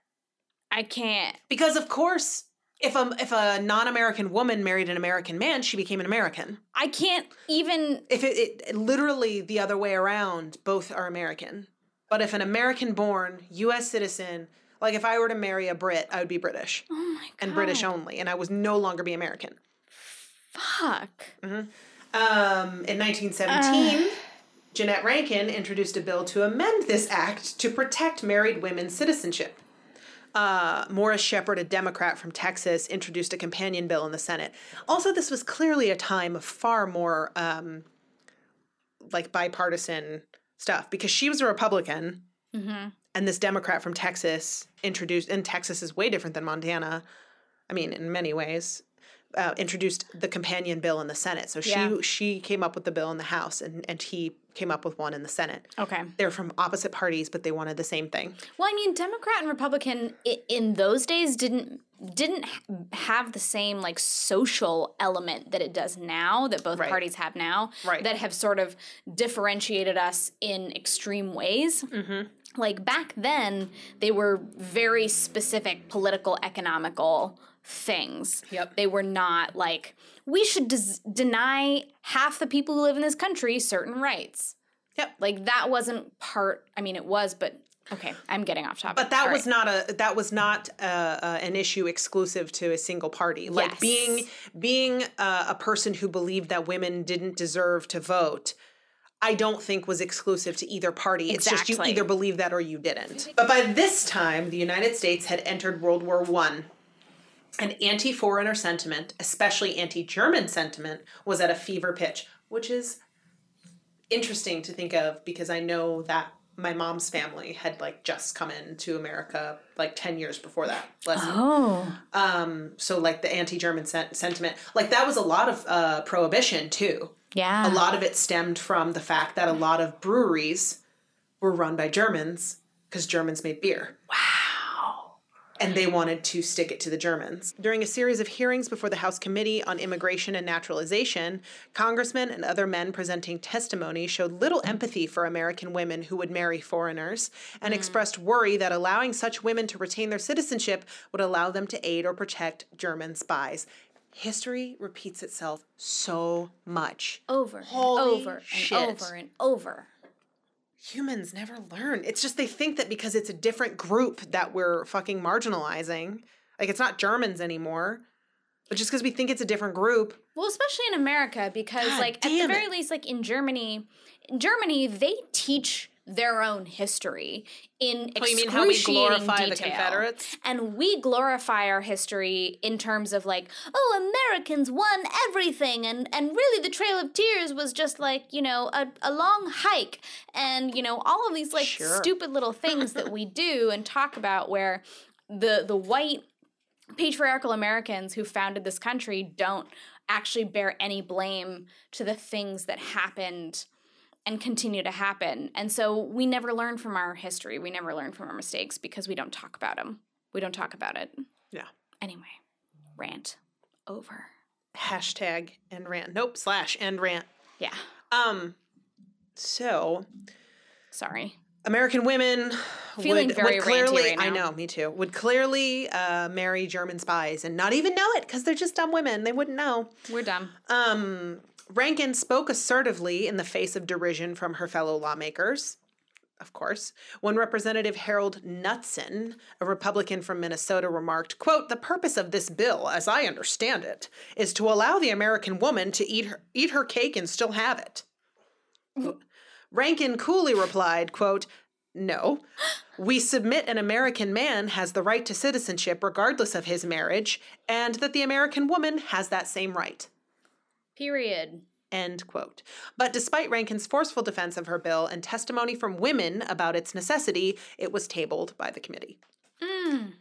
B: I can't.
A: Because of course, if a if a non-American woman married an American man, she became an American.
B: I can't even.
A: If it, it, literally the other way around, both are American. But if an American-born U.S. citizen, like if I were to marry a Brit, I would be British
B: Oh my God.
A: and British only, and I would no longer be American.
B: Fuck.
A: Um, in 1917, Jeanette Rankin introduced a bill to amend this act to protect married women's citizenship. Uh, Morris Shepherd, a Democrat from Texas, introduced a companion bill in the Senate. Also, this was clearly a time of far more um, like bipartisan stuff because she was a Republican, and this Democrat from Texas introduced, and Texas is way different than Montana. I mean, in many ways, uh, introduced the companion bill in the Senate. So she
B: Yeah.
A: she came up with the bill in the House, and and he came up with one in the Senate.
B: Okay.
A: They're from opposite parties, but they wanted the same thing.
B: Well, I mean, Democrat and Republican i- in those days didn't didn't h- have the same like social element that it does now that both
A: Right.
B: parties have now
A: Right.
B: that have sort of differentiated us in extreme ways. Mm-hmm. Like back then, they were very specific political, economical things.
A: Yep.
B: They were not like we should des- deny half the people who live in this country certain rights.
A: Yep.
B: Like that wasn't part. I mean, it was, but okay. I'm getting off topic.
A: But that
B: All
A: was
B: right.
A: not a that was not uh, uh, an issue exclusive to a single party. Like
B: Yes.
A: being being uh, a person who believed that women didn't deserve to vote. I don't think was exclusive to either party. It's just you
B: Exactly.
A: either believe that or you didn't. But by this time, the United States had entered World War One. And anti foreigner sentiment, especially anti German sentiment, was at a fever pitch, which is interesting to think of because I know that my mom's family had like just come into America like 10 years before that. Bless you.
B: Oh,
A: Um, so, like the anti German sen- sentiment, like that was a lot of uh, prohibition too.
B: yeah.
A: A lot of it stemmed from the fact that a lot of breweries were run by Germans because Germans made beer. Wow. And they wanted to stick it to the Germans. During a series of hearings before the House Committee on Immigration and Naturalization, congressmen and other men presenting testimony showed little empathy for American women who would marry foreigners and expressed worry that allowing such women to retain their citizenship would allow them to aid or protect German spies. History repeats itself so much.
B: Over and
A: Holy
B: over
A: shit.
B: and over and over.
A: humans never learn. It's just they think that because it's a different group that we're fucking marginalizing. Like it's not Germans anymore. But just because we think it's a different group,
B: Well, especially in America, because
A: God
B: like at the
A: damn
B: very
A: it.
B: least, like in Germany, in Germany they teach their own history in
A: Oh, you
B: excruciating
A: mean how we glorify the
B: detail.
A: Confederates?
B: and we glorify our history in terms of like, oh, Americans won everything, and and really the Trail of Tears was just like you know a, a long hike, and you know all of these like
A: Sure.
B: stupid little things that we do and talk about where the the white patriarchal Americans who founded this country don't actually bear any blame to the things that happened and continue to happen. And so we never learn from our history. We never learn from our mistakes because we don't talk about them. We don't talk about it.
A: Yeah.
B: Anyway, rant over.
A: hashtag and rant. Nope, slash and rant.
B: Yeah.
A: Um, so
B: Sorry.
A: American women
B: Feeling
A: would,
B: very
A: would
B: ranty
A: clearly,
B: right
A: I
B: now.
A: know, me too, would clearly uh, marry German spies and not even know it because they're just dumb women. They wouldn't know.
B: We're dumb.
A: Um, Rankin spoke assertively in the face of derision from her fellow lawmakers. Of course, when Representative Harold Knutson, a Republican from Minnesota, remarked, quote, "The purpose of this bill, as I understand it, is to allow the American woman to eat her, eat her cake and still have it." Rankin coolly replied, quote, no. We submit an American man has the right to citizenship regardless of his marriage, and that the American woman has that same right.
B: Period.
A: End quote. But despite Rankin's forceful defense of her bill and testimony from women about its necessity, it was tabled by the committee.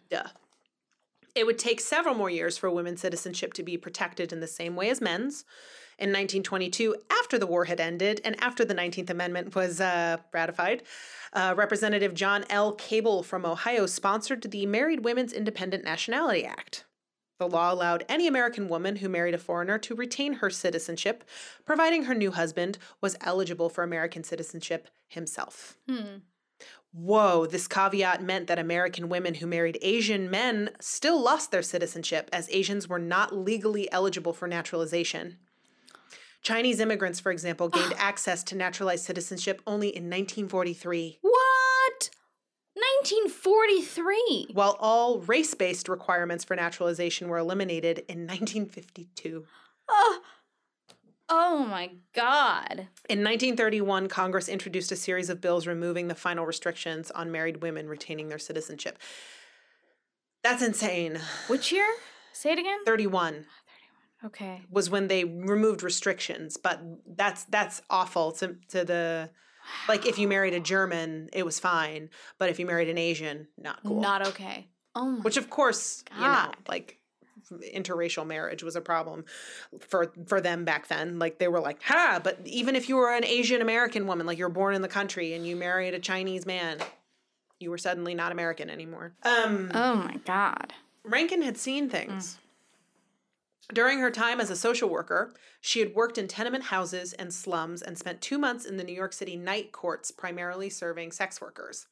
A: Duh. It would take several more years for women's citizenship to be protected in the same way as men's. In 1922, after the war had ended and after the 19th Amendment was uh, ratified, uh, Representative John L. Cable from Ohio sponsored the Married Women's Independent Nationality Act. The law allowed any American woman who married a foreigner to retain her citizenship, providing her new husband was eligible for American citizenship himself. Whoa, this caveat meant that American women who married Asian men still lost their citizenship, as Asians were not legally eligible for naturalization. Chinese immigrants, for example, gained access to naturalized citizenship only in 1943.
B: What? 1943.
A: while all race based requirements for naturalization were eliminated in 1952.
B: Oh. oh my God.
A: In 1931, Congress introduced a series of bills removing the final restrictions on married women retaining their citizenship. That's insane.
B: Which year? Say it again.
A: 31
B: Okay.
A: was when they removed restrictions, but that's that's awful to to the like if you married a German, it was fine, but if you married an Asian, not cool.
B: Not okay. Oh my
A: which of course you know
B: God.
A: like interracial marriage was a problem for for them back then like they were like ha but even if you were an asian american woman like you were born in the country and you married a chinese man you were suddenly not american anymore um
B: Oh my god.
A: Rankin had seen things. During her time as a social worker, she had worked in tenement houses and slums and spent two months in the New York City night courts, primarily serving sex workers.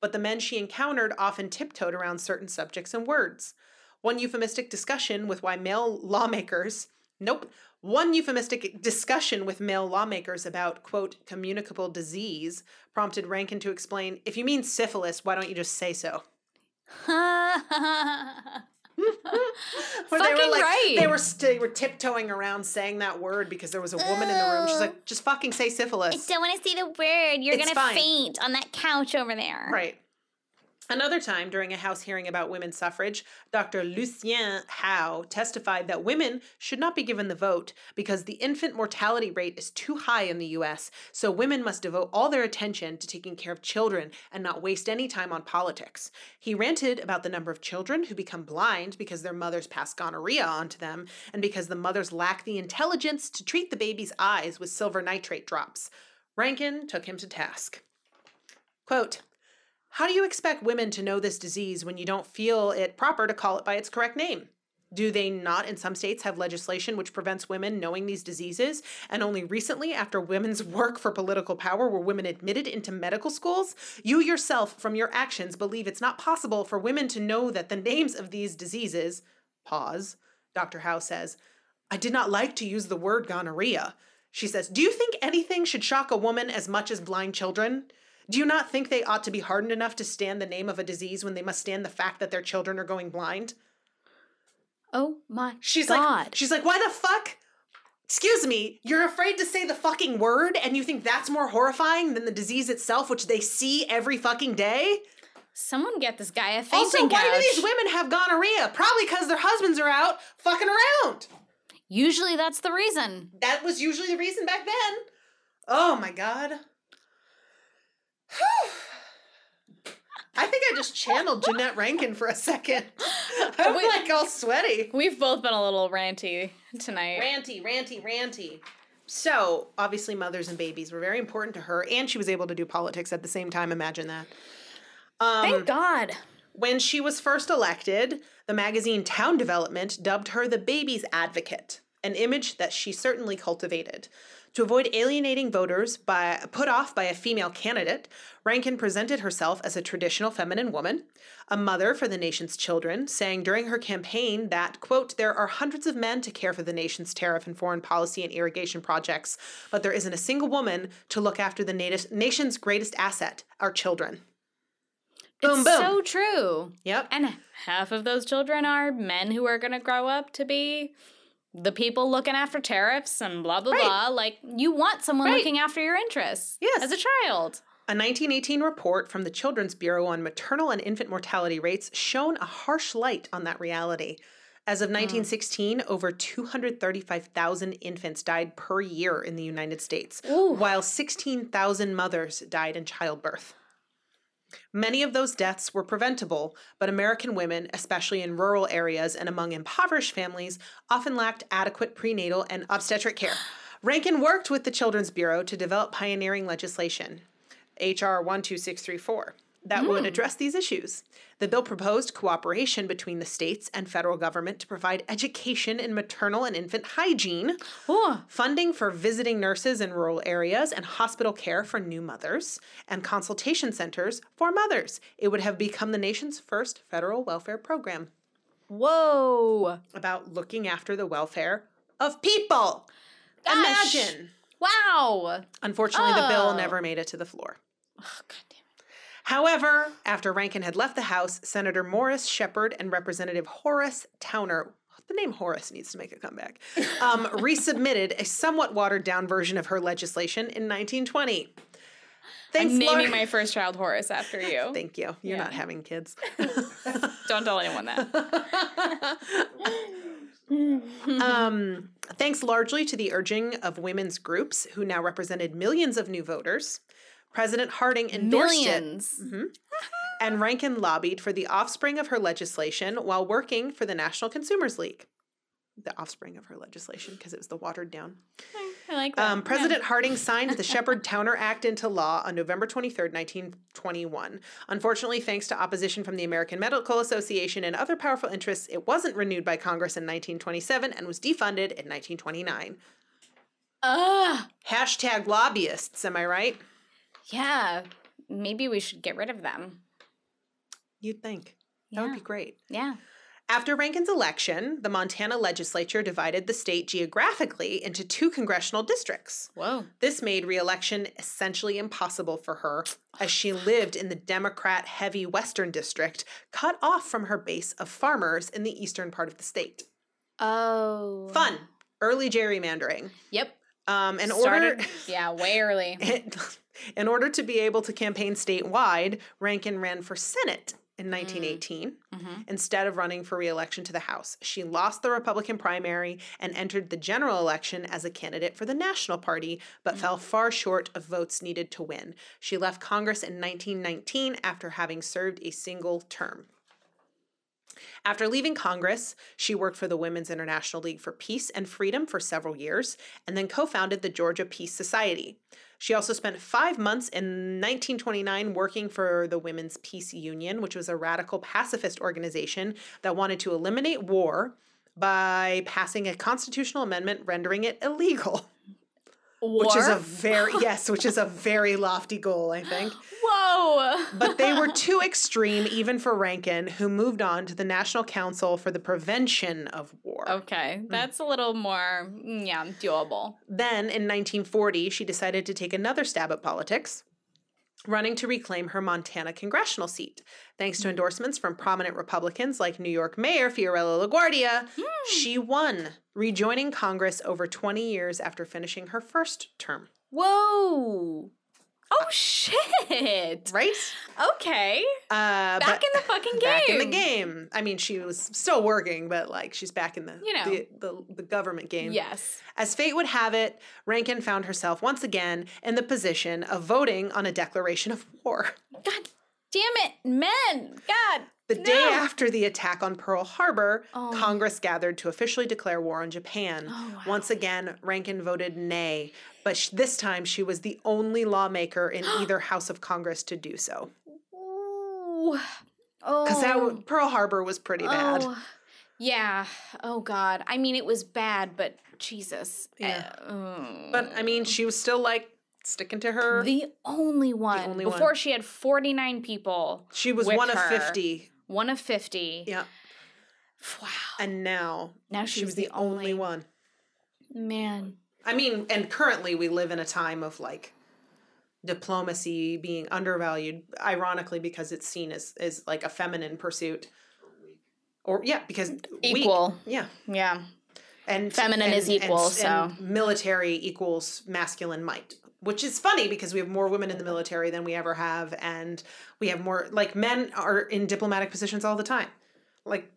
A: But the men she encountered often tiptoed around certain subjects and words. One euphemistic discussion with why male lawmakers, nope, one euphemistic discussion with male lawmakers about, quote, communicable disease prompted Rankin to explain if you mean syphilis, why don't you just say so? Where they
B: Fucking
A: were like,
B: right.
A: They were st- they were tiptoeing around saying that word because there was a woman in the room. She's like, just fucking say syphilis.
B: want to see the word. You're
A: It's gonna fine.
B: faint on that couch over there.
A: right. Another time during a House hearing about women's suffrage, Dr. Lucien Howe testified that women should not be given the vote because the infant mortality rate is too high in the US, so women must devote all their attention to taking care of children and not waste any time on politics. He ranted about the number of children who become blind because their mothers pass gonorrhea onto them and because the mothers lack the intelligence to treat the baby's eyes with silver nitrate drops. Rankin took him to task. Quote, how do you expect women to know this disease when you don't feel it proper to call it by its correct name? Do they not, in some states, have legislation which prevents women knowing these diseases? And only recently, after women's work for political power, were women admitted into medical schools? You yourself, from your actions, believe it's not possible for women to know that the names of these diseases. Pause. Dr. Howe says, I did not like to use the word gonorrhea. She says, Do you think anything should shock a woman as much as blind children? Do you not think they ought to be hardened enough to stand the name of a disease when they must stand the fact that their children are going blind?
B: Oh my
A: She's
B: God.
A: like, she's like, why the fuck? Excuse me, you're afraid to say the fucking word, and you think that's more horrifying than the disease itself, which they see every fucking day.
B: Someone get this guy a
A: Also,
B: fainting
A: why do
B: couch.
A: these women have gonorrhea? Probably because their husbands are out fucking around.
B: Usually that's the reason.
A: That was usually the reason back then. Oh my god. Whew. I think I just channeled Jeanette Rankin for a second. I'm
B: Wait.
A: like all sweaty.
B: We've both been a little ranty tonight.
A: Ranty, ranty, ranty. So obviously, mothers and babies were very important to her, and she was able to do politics at the same time. Imagine that. Um,
B: Thank God.
A: when she was first elected, the magazine Town Development dubbed her the baby's advocate, an image that she certainly cultivated. To avoid alienating voters by put off by a female candidate, Rankin presented herself as a traditional feminine woman, a mother for the nation's children, saying during her campaign that, quote, there are hundreds of men to care for the nation's tariff and foreign policy and irrigation projects, but there isn't a single woman to look after the nati- nation's greatest asset, our children. Boom,
B: it's
A: boom.
B: so true.
A: Yep.
B: And half of those children are men who are going to grow up to be the people looking after tariffs and blah, blah,
A: Right.
B: blah. Like, you want someone
A: Right.
B: looking after your interests
A: Yes.
B: as a child.
A: A 1918 report from the Children's Bureau on maternal and infant mortality rates shone a harsh light on that reality. As of 1916, over 235,000 infants died per year in the United States,
B: Ooh.
A: while 16,000 mothers died in childbirth. Many of those deaths were preventable, but American women, especially in rural areas and among impoverished families, often lacked adequate prenatal and obstetric care. Rankin worked with the Children's Bureau to develop pioneering legislation, H.R. 12634, that
B: Hmm.
A: would address these issues. The bill proposed cooperation between the states and federal government to provide education in maternal and infant hygiene,
B: Ooh.
A: funding for visiting nurses in rural areas and hospital care for new mothers, and consultation centers for mothers. It would have become the nation's first federal welfare program
B: Whoa.
A: about looking after the welfare of people.
B: Gosh.
A: Imagine.
B: Wow.
A: Unfortunately, the bill
B: Oh.
A: never made it to the floor. Oh, However, after Rankin had left the House, Senator Morris Shepard and Representative Horace Towner, the name Horace needs to make a comeback, um, resubmitted a somewhat watered down version of her legislation in 1920. Thanks,
B: I'm naming
A: Laura-
B: my first child Horace after you.
A: Thank you. You're
B: Yeah.
A: not having kids.
B: Don't tell anyone that.
A: um, thanks largely to the urging of women's groups, who now represented millions of new voters, President Harding endorsed it.
B: Millions.
A: and Rankin lobbied for the offspring of her legislation while working for the National Consumers League. The offspring of her legislation, because it was the watered down.
B: I like that.
A: Um, President Harding signed the Shepard Towner Act into law on November 23rd, 1921. Unfortunately, thanks to opposition from the American Medical Association and other powerful interests, it wasn't renewed by Congress in 1927 and was defunded in 1929.
B: Ugh.
A: Hashtag lobbyists, am I right?
B: Yeah. Maybe we should get rid of them.
A: You'd think. That would be great.
B: Yeah.
A: After Rankin's election, the Montana legislature divided the state geographically into two congressional districts.
B: Whoa.
A: This made reelection essentially impossible for her, as she lived in the Democrat heavy Western District, cut off from her base of farmers in the eastern part of the state.
B: Oh.
A: Fun. Early gerrymandering.
B: Yep.
A: Um, in order.
B: Started- yeah, way early.
A: in order to be able to campaign statewide, Rankin ran for Senate in 1918 instead of running for reelection to the House. She lost the Republican primary and entered the general election as a candidate for the National Party, but fell far short of votes needed to win. She left Congress in 1919 after having served a single term. After leaving Congress, she worked for the Women's International League for Peace and Freedom for several years and then co founded the Georgia Peace Society. She also spent five months in 1929 working for the Women's Peace Union, which was a radical pacifist organization that wanted to eliminate war by passing a constitutional amendment rendering it illegal. Which is a very, yes, which is a very lofty goal, I think
B: Whoa.
A: but they were too extreme even for Rankin, who moved on to the National Council for the Prevention of War. war.
B: Okay,
A: Mm.
B: that's a little more, mm, yeah, doable.
A: Then, in 1940, she decided to take another stab at politics, running to reclaim her Montana congressional seat. Thanks
B: Hmm.
A: to endorsements from prominent Republicans like New York Mayor Fiorella LaGuardia,
B: Hmm.
A: she won, rejoining Congress over 20 years after finishing her first term.
B: Whoa! Oh shit!
A: Right?
B: Okay,
A: Uh,
B: back
A: but-
B: in the fucking game.
A: Back in the game. I mean, she was still working, but like she's back in the
B: You know.
A: the, the, the government game.
B: Yes.
A: As fate would have it, Rankin found herself once again in the position of voting on a declaration of war.
B: God damn it, men! God.
A: The day
B: No.
A: after the attack on Pearl Harbor,
B: Oh.
A: Congress gathered to officially declare war on Japan.
B: Oh, wow.
A: Once again, Rankin voted nay, but sh- this time she was the only lawmaker in either House of Congress to do so.
B: Ooh. Oh.
A: Because Pearl Harbor was pretty bad.
B: Oh, yeah. Oh God. I mean, it was bad, but Jesus.
A: Yeah.
B: Uh, mm.
A: But I mean, she was still like sticking to her.
B: the only one.
A: only one.
B: Before she had forty nine people.
A: she was
B: with
A: one of
B: her.
A: 50.
B: One of fifty.
A: Yeah.
B: Wow.
A: And now
B: Now
A: she
B: she's
A: was the,
B: the
A: only
B: only-
A: one.
B: Man.
A: I mean, and currently we live in a time of like diplomacy being undervalued, ironically, because it's seen as, as like a feminine pursuit. Or yeah, because weak.
B: Equal.
A: yeah,
B: Yeah.
A: and
B: Feminine
A: and-
B: is
A: and-
B: equal,
A: and
B: so.
A: military equals masculine might, which is funny because we have more women in the military than we ever have, and we have more like men are in diplomatic positions all the time, like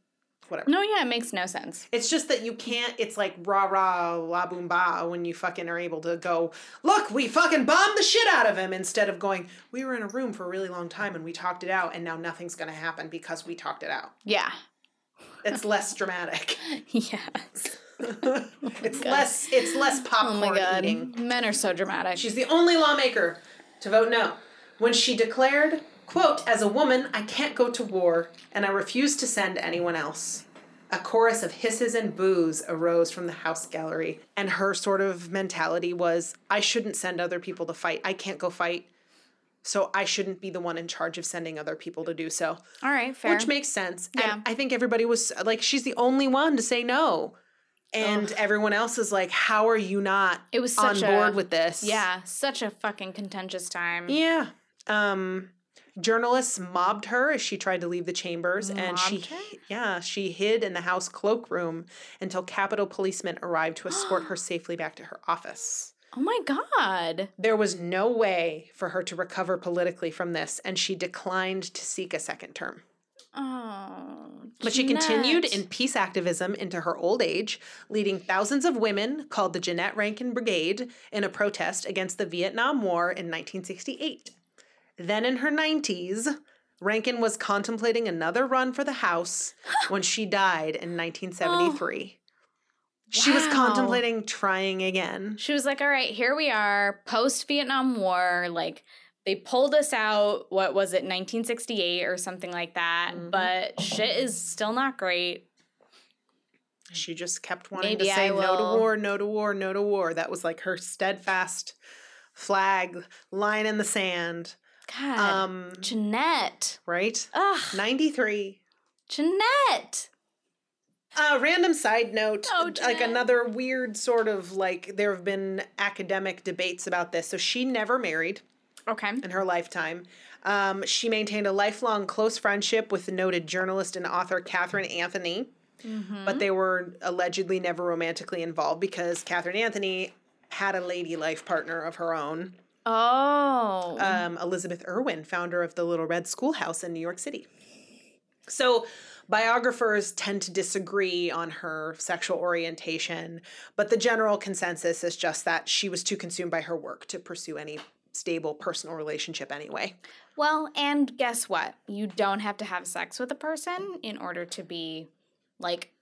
A: whatever.
B: No. Yeah. It makes no sense.
A: It's just that you can't. It's like rah rah la boom ba when you fucking are able to go. Look, we fucking bombed the shit out of him instead of going. We were in a room for a really long time and we talked it out, and now nothing's gonna happen because we talked it out.
B: Yeah.
A: It's less dramatic.
B: Yes.
A: it's less. It's less
B: Oh
A: popcorn
B: my God.
A: eating.
B: Men are so dramatic.
A: She's the only lawmaker to vote no when she declared, "quote As a woman, I can't go to war, and I refuse to send anyone else." A chorus of hisses and boos arose from the house gallery, and her sort of mentality was, "I shouldn't send other people to fight. I can't go fight." So I shouldn't be the one in charge of sending other people to do so.
B: All right. Fair.
A: Which makes sense.
B: Yeah.
A: And I think everybody was like, she's the only one to say no. And everyone else is like, how are you not
B: It was
A: on
B: such a-
A: board with this?
B: yeah. Such a fucking contentious time.
A: Yeah. Um, journalists mobbed her as she tried to leave the chambers, and she,
B: Mobbed her?
A: yeah, she hid in the house cloakroom until Capitol policemen arrived to escort her safely back to her office.
B: Oh my God.
A: There was no way for her to recover politically from this, and she declined to seek a second term.
B: Oh.
A: But she continued
B: Jeanette.
A: in peace activism into her old age, leading thousands of women called the Jeanette Rankin Brigade in a protest against the Vietnam War in 1968. Then in her 90s, Rankin was contemplating another run for the House when she died in 1973. She was
B: Wow.
A: contemplating trying again.
B: She was like, "All right, here we are, post Vietnam War. Like, they pulled us out. What was it, 1968 or something like that?
A: Mm-hmm.
B: But shit is still not great.
A: She just kept wanting
B: Maybe
A: to
B: I
A: say no to
B: will-
A: war, no to war, no to war. That was like her steadfast flag, line in the sand.
B: God,
A: Um,
B: Jeanette,
A: right?
B: ugh,
A: 93.
B: Jeanette.
A: Uh, random side note,
B: Oh,
A: like
B: Jeanette.
A: another weird sort of like there have been academic debates about this. So she never married
B: Okay,
A: in her lifetime. Um, she maintained a lifelong close friendship with the noted journalist and author Catherine Anthony, but they were allegedly never romantically involved because Catherine Anthony had a lady life partner of her own,
B: oh,
A: um, Elizabeth Irwin, founder of the Little Red Schoolhouse in New York City. So, biographers tend to disagree on her sexual orientation, but the general consensus is just that she was too consumed by her work to pursue any stable personal relationship anyway.
B: well, and guess what? You don't have to have sex with a person in order to be like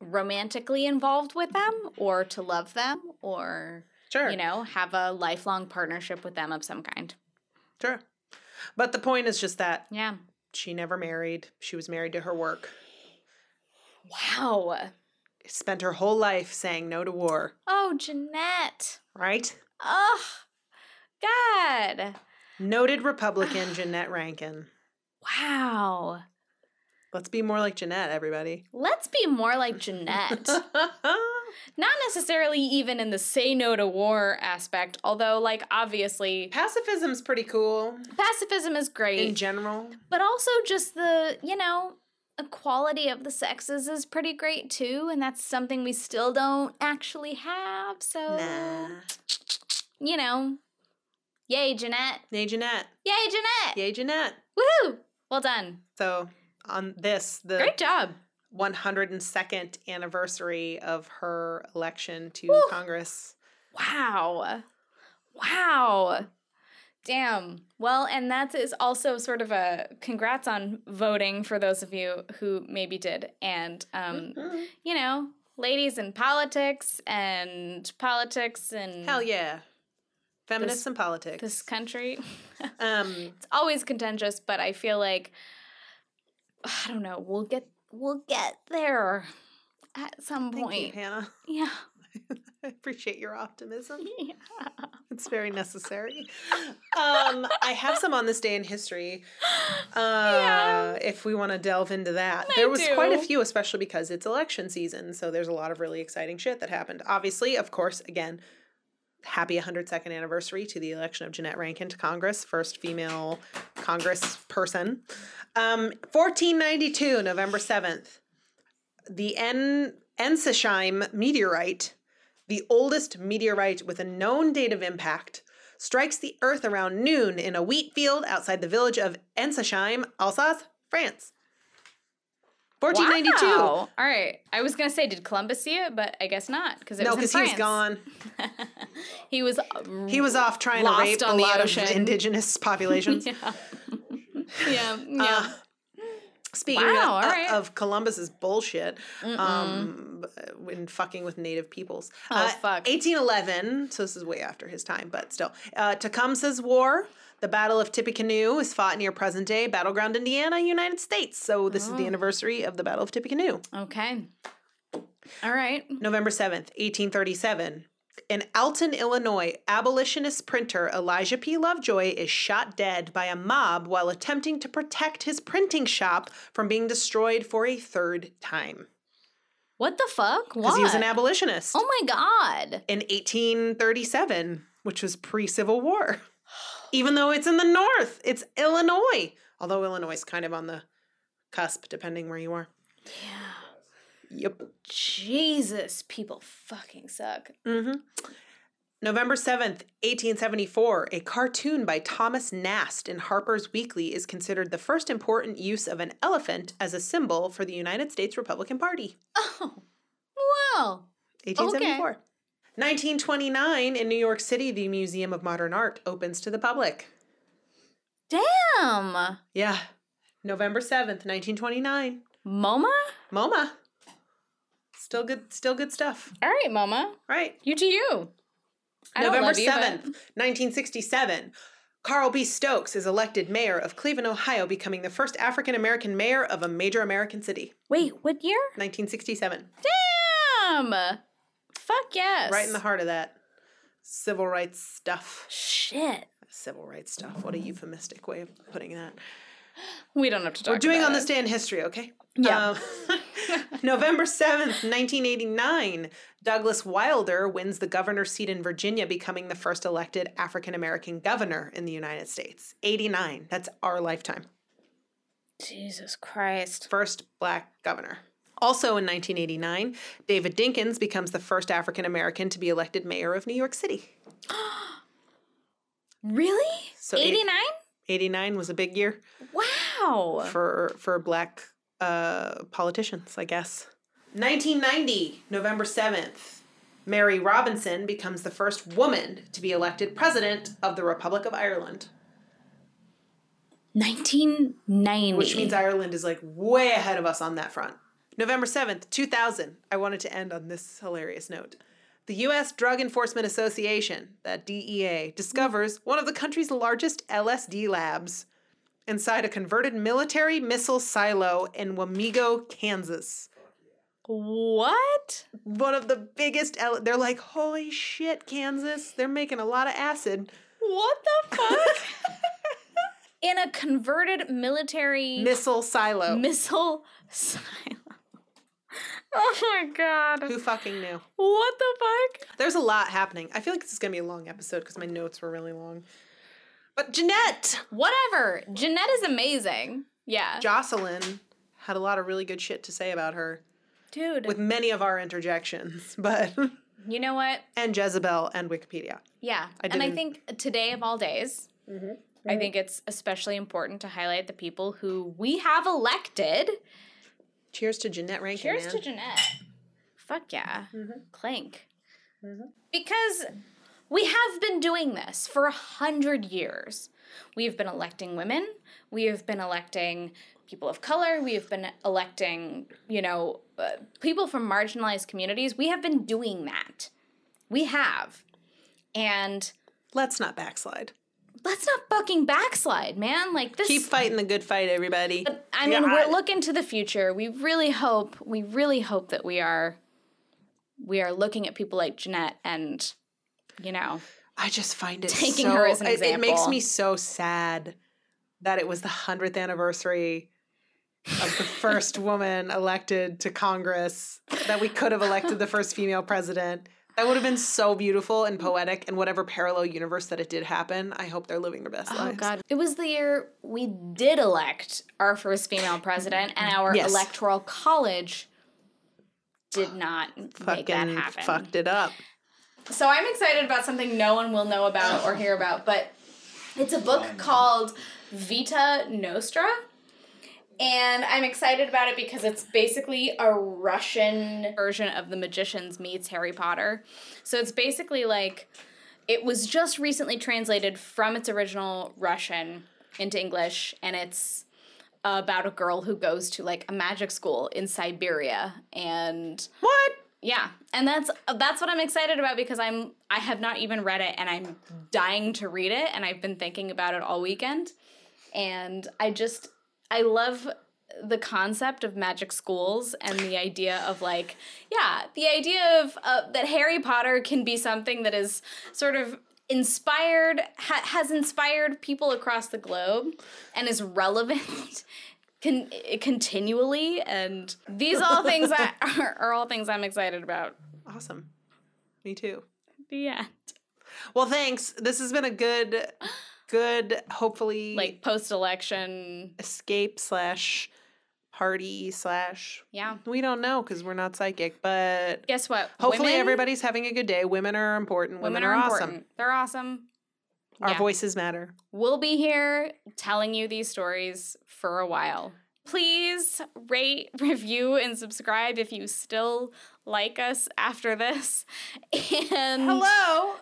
B: romantically involved with them or to love them or
A: Sure.
B: you know, have a lifelong partnership with them of some kind.
A: Sure. But the point is just that
B: Yeah.
A: she never married. She was married to her work.
B: Wow.
A: Spent her whole life saying no to war,
B: Oh, Jeanette.
A: right?
B: Oh, God.
A: Noted Republican Jeanette Rankin.
B: Wow.
A: Let's be more like Jeanette, everybody.
B: Let's be more like Jeanette. Not necessarily even in the say no to war aspect, although, like, obviously,
A: Pacifism's pretty cool
B: pacifism is
A: in
B: great.
A: general.
B: but also, just the, you know, equality of the sexes is pretty great too. And that's something we still don't actually have. So, you know, yay, Jeanette.
A: Yay, Jeanette.
B: Yay, Jeanette.
A: Yay, Jeanette.
B: Woohoo. Well done.
A: So, on this, the
B: Great job.
A: 102nd anniversary of her election to
B: Whew.
A: Congress.
B: Wow. Wow. Damn. Well, and that is also sort of a congrats on voting for those of you who maybe did. And, um, you know, ladies in politics and politics and
A: Hell yeah. Feminists
B: This-
A: and politics.
B: this country.
A: um,
B: It's always contentious, but I feel like, I don't know, we'll get, we'll get there at some
A: thank you,
B: point.
A: Hannah.
B: Yeah.
A: I appreciate your optimism.
B: yeah.
A: It's very necessary. Um, I have some on this day in history. Uh, If we want to delve into that, there was quite a
B: do.
A: few, especially because it's election season. So there's a lot of really exciting shit that happened. Obviously, of course, again, happy 102nd anniversary to the election of Jeanette Rankin to Congress, first female Congress person. Um, 1492, November 7th, the En- Ensisheim meteorite, the oldest meteorite with a known date of impact, strikes the Earth around noon in a wheat field outside the village of Ensisheim, Alsace, France. 1492.
B: Wow. All right. I was gonna say, did Columbus see it? But I guess not because it
A: No,
B: was
A: because
B: in
A: he was
B: France.
A: gone.
B: He was.
A: He was off trying
B: Lost
A: to rape a
B: on the
A: lot of
B: ocean.
A: indigenous populations.
B: Yeah. yeah. Yeah.
A: Uh, Speaking
B: Um, Wow, all
A: of, uh,
B: right.
A: of Columbus's bullshit, um, when fucking with native peoples.
B: Oh, fuck.
A: 1811, so this is way after his time, but still. Uh, Tecumseh's War, the Battle of Tippecanoe is fought near present day Battleground, Indiana, United States. So this
B: Oh.
A: is the anniversary of the Battle of Tippecanoe.
B: okay. All right.
A: November 7th, 1837. In Alton, Illinois, abolitionist printer Elijah P. Lovejoy is shot dead by a mob while attempting to protect his printing shop from being destroyed for a third time.
B: What the fuck? What?
A: Because he was an abolitionist
B: oh my god.
A: in 1837, which was pre Civil War. Even though it's in the North, it's Illinois. Although Illinois is kind of on the cusp, depending where you are. Yeah. Yep.
B: Jesus, people fucking suck.
A: Mm-hmm. November 7th, 1874, a cartoon by Thomas Nast in Harper's Weekly is considered the first important use of an elephant as a symbol for the United States Republican Party.
B: Oh. Well.
A: 1874. 1929, in New York City, the Museum of Modern Art opens to the public.
B: Damn.
A: Yeah. November 7th, 1929.
B: Moma.
A: MoMA. Still good still good stuff.
B: All right, Moma.
A: Right.
B: You do you. I don't
A: November
B: love you, but-
A: 7th, 1967, Carl B. Stokes is elected mayor of Cleveland, Ohio, becoming the first African American mayor of a major American city.
B: Wait, what year?
A: 1967.
B: Damn. Fuck yes.
A: Right in the heart of that civil rights stuff.
B: Shit.
A: Civil rights stuff. What a euphemistic way of putting that.
B: We don't have to talk.
A: We're doing
B: about
A: on
B: it.
A: this day in history, okay?
B: Yeah.
A: Um, November 7th, 1989, Douglas Wilder wins the governor's seat in Virginia, becoming the first elected African American governor in the United States. 89. That's our lifetime.
B: Jesus Christ.
A: first black governor. Also in 1989, David Dinkins becomes the first African American to be elected mayor of New York City.
B: Really?
A: So eight-
B: 89?
A: 89 was a big year
B: Wow.
A: for for black uh, politicians, I guess. 1990, November 7th, Mary Robinson becomes the first woman to be elected president of the Republic of Ireland,
B: 1990.
A: which means Ireland is like way ahead of us on that front. November 7th, 2000. I wanted to end on this hilarious note. The U.S. Drug Enforcement Association, that DEA, discovers one of the country's largest LSD labs inside a converted military missile silo in Wamego, Kansas.
B: what?
A: One of the biggest, L- they're like, holy shit, Kansas, they're making a lot of acid.
B: What the fuck? in a converted military
A: Missile silo.
B: missile silo. Oh my god.
A: Who fucking knew?
B: What the fuck?
A: There's a lot happening. I feel like this is gonna be a long episode because my notes were really long. But Jeanette,
B: Whatever. Jeanette is amazing. Yeah.
A: Jocelyn had a lot of really good shit to say about her,
B: Dude.
A: with many of our interjections, but
B: you know what?
A: and Jezebel and Wikipedia.
B: Yeah.
A: I
B: and
A: didn't-
B: I
A: Mm-hmm.
B: think today of all days, I think it's especially important to highlight the people who we have elected.
A: Cheers to Jeanette Rankin.
B: Cheers
A: man.
B: to Jeanette. Fuck yeah. Clank. Because we have been doing this for a hundred years. We have been electing women. We have been electing people of color. We have been electing, you know, uh, people from marginalized communities. We have been doing that. We have. And
A: Let's not backslide.
B: let's not fucking backslide, man. Like this.
A: Keep fighting the good fight, everybody.
B: But I mean,
A: God.
B: we're looking to the future. We really hope, we really hope that we are, we are looking at people like Jeanette and, you know,
A: I just find it
B: Taking
A: so,
B: her as an
A: it, it makes
B: example.
A: me so sad that it was the hundredth anniversary of the first woman elected to Congress. That we could have elected the first female president. That would have been so beautiful and poetic. And whatever parallel universe that it did happen, I hope they're living their best
B: oh
A: lives.
B: God, it was the year we did elect our first female president, and our
A: Yes.
B: electoral college did not make that
A: Fucking
B: happen.
A: fucked it up.
B: So I'm excited about something no one will know about or hear about, but it's a book called Vita Nostra. And I'm excited about it because it's basically a Russian version of The Magicians meets Harry Potter. So it's basically like it was just recently translated from its original Russian into English, and it's about a girl who goes to like a magic school in Siberia and
A: What?
B: yeah, and that's that's what I'm excited about because I'm I have not even read it and I'm dying to read it and I've been thinking about it all weekend. And I just I love the concept of magic schools and the idea of like yeah, the idea of uh, that Harry Potter can be something that is sort of inspired ha- has inspired people across the globe and is relevant con- continually and these all things that are, are all things i'm excited about
A: Awesome. Me too.
B: the end
A: Well, thanks. This has been a good, good, hopefully
B: like post-election
A: escape slash party slash
B: yeah
A: We don't know because we're not psychic, but
B: guess what
A: hopefully
B: Women-
A: everybody's having a good day. Women are important.
B: women are, important they're awesome
A: awesome.
B: Yeah.
A: Our voices matter.
B: we'll be here telling you these stories for a while please rate review and subscribe if you still like us after this and
A: Hello.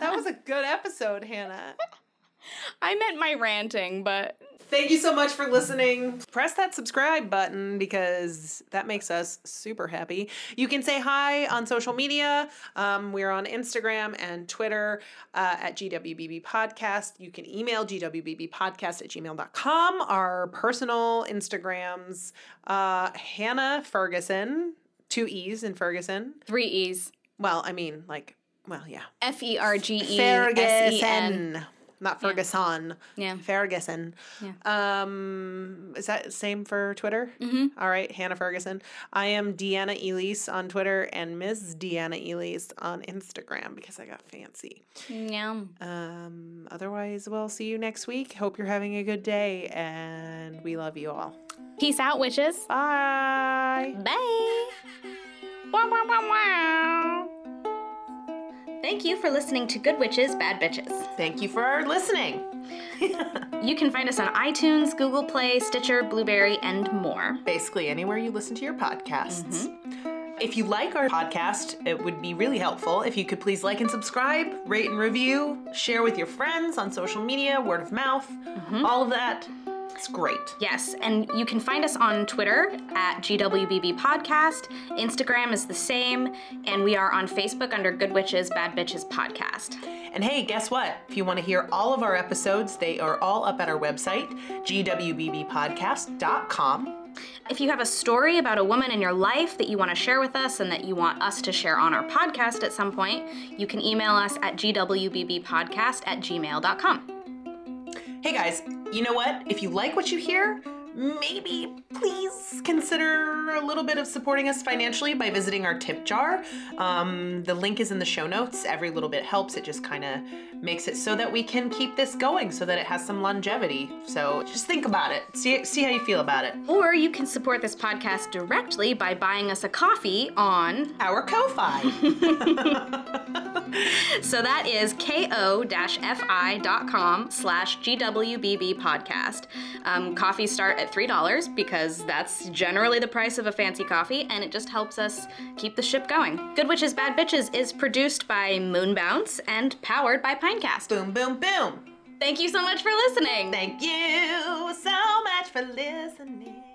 A: that was a good episode, Hannah.
B: i meant my ranting but
A: Thank you so much for listening. Press that subscribe button because that makes us super happy. You can say hi on social media. Um, we're on Instagram and Twitter uh, at GWBB Podcast. You can email GWBBpodcast at gmail.com. Our personal Instagrams, uh, Hannah Ferguson, two E's in Ferguson.
B: three e's
A: Well, I mean, like, well, yeah.
B: F E R G E S E N.
A: Ferguson. Not Ferguson.
B: Yeah.
A: Ferguson. Um, is that same for Twitter? Mm-hmm. right, Hannah Ferguson. I am Deanna Elise on Twitter and Ms. Deanna Elise on Instagram because I got fancy.
B: Yeah.
A: Um, otherwise, we'll see you next week. Hope you're having a good day, and we love you all.
B: Peace out, witches.
A: Bye.
B: Bye. Wah, wah, wah, wah.
F: Thank you for listening to Good Witches, Bad Bitches.
A: Thank you for listening.
F: You can find us on iTunes, Google Play, Stitcher, Blueberry, and more.
A: basically anywhere you listen to your podcasts. If you like our podcast, it would be really helpful if you could please like and subscribe, rate and review, share with your friends on social media, word of mouth, all of that. It's great.
F: Yes, and you can find us on Twitter at GWBB Podcast. Instagram is the same, and we are on Facebook under Good Witches, Bad Bitches Podcast.
A: And hey, guess what? If you want to hear all of our episodes, they are all up at our website, gwbbpodcast.com.
F: If you have a story about a woman in your life that you want to share with us and that you want us to share on our podcast at some point, you can email us at gwbbpodcast at gmail.com.
A: Hey guys, you know what? If you like what you hear, maybe please consider a little bit of supporting us financially by visiting our tip jar. Um, the link is in the show notes. Every little bit helps. It just kind of makes it so that we can keep this going so that it has some longevity. So just think about it. See, see how you feel about it.
F: Or you can support this podcast directly by buying us a coffee on
A: Our Ko-Fi.
F: So that is ko-fi.com slash gwbb podcast. Um, coffees start at $3 because that's generally the price of a fancy coffee and it just helps us keep the ship going. Good Witches Bad Bitches is produced by Moonbounce and powered by Pinecast.
A: boom, boom, boom.
F: Thank you so much for listening.
A: Thank you so much for listening.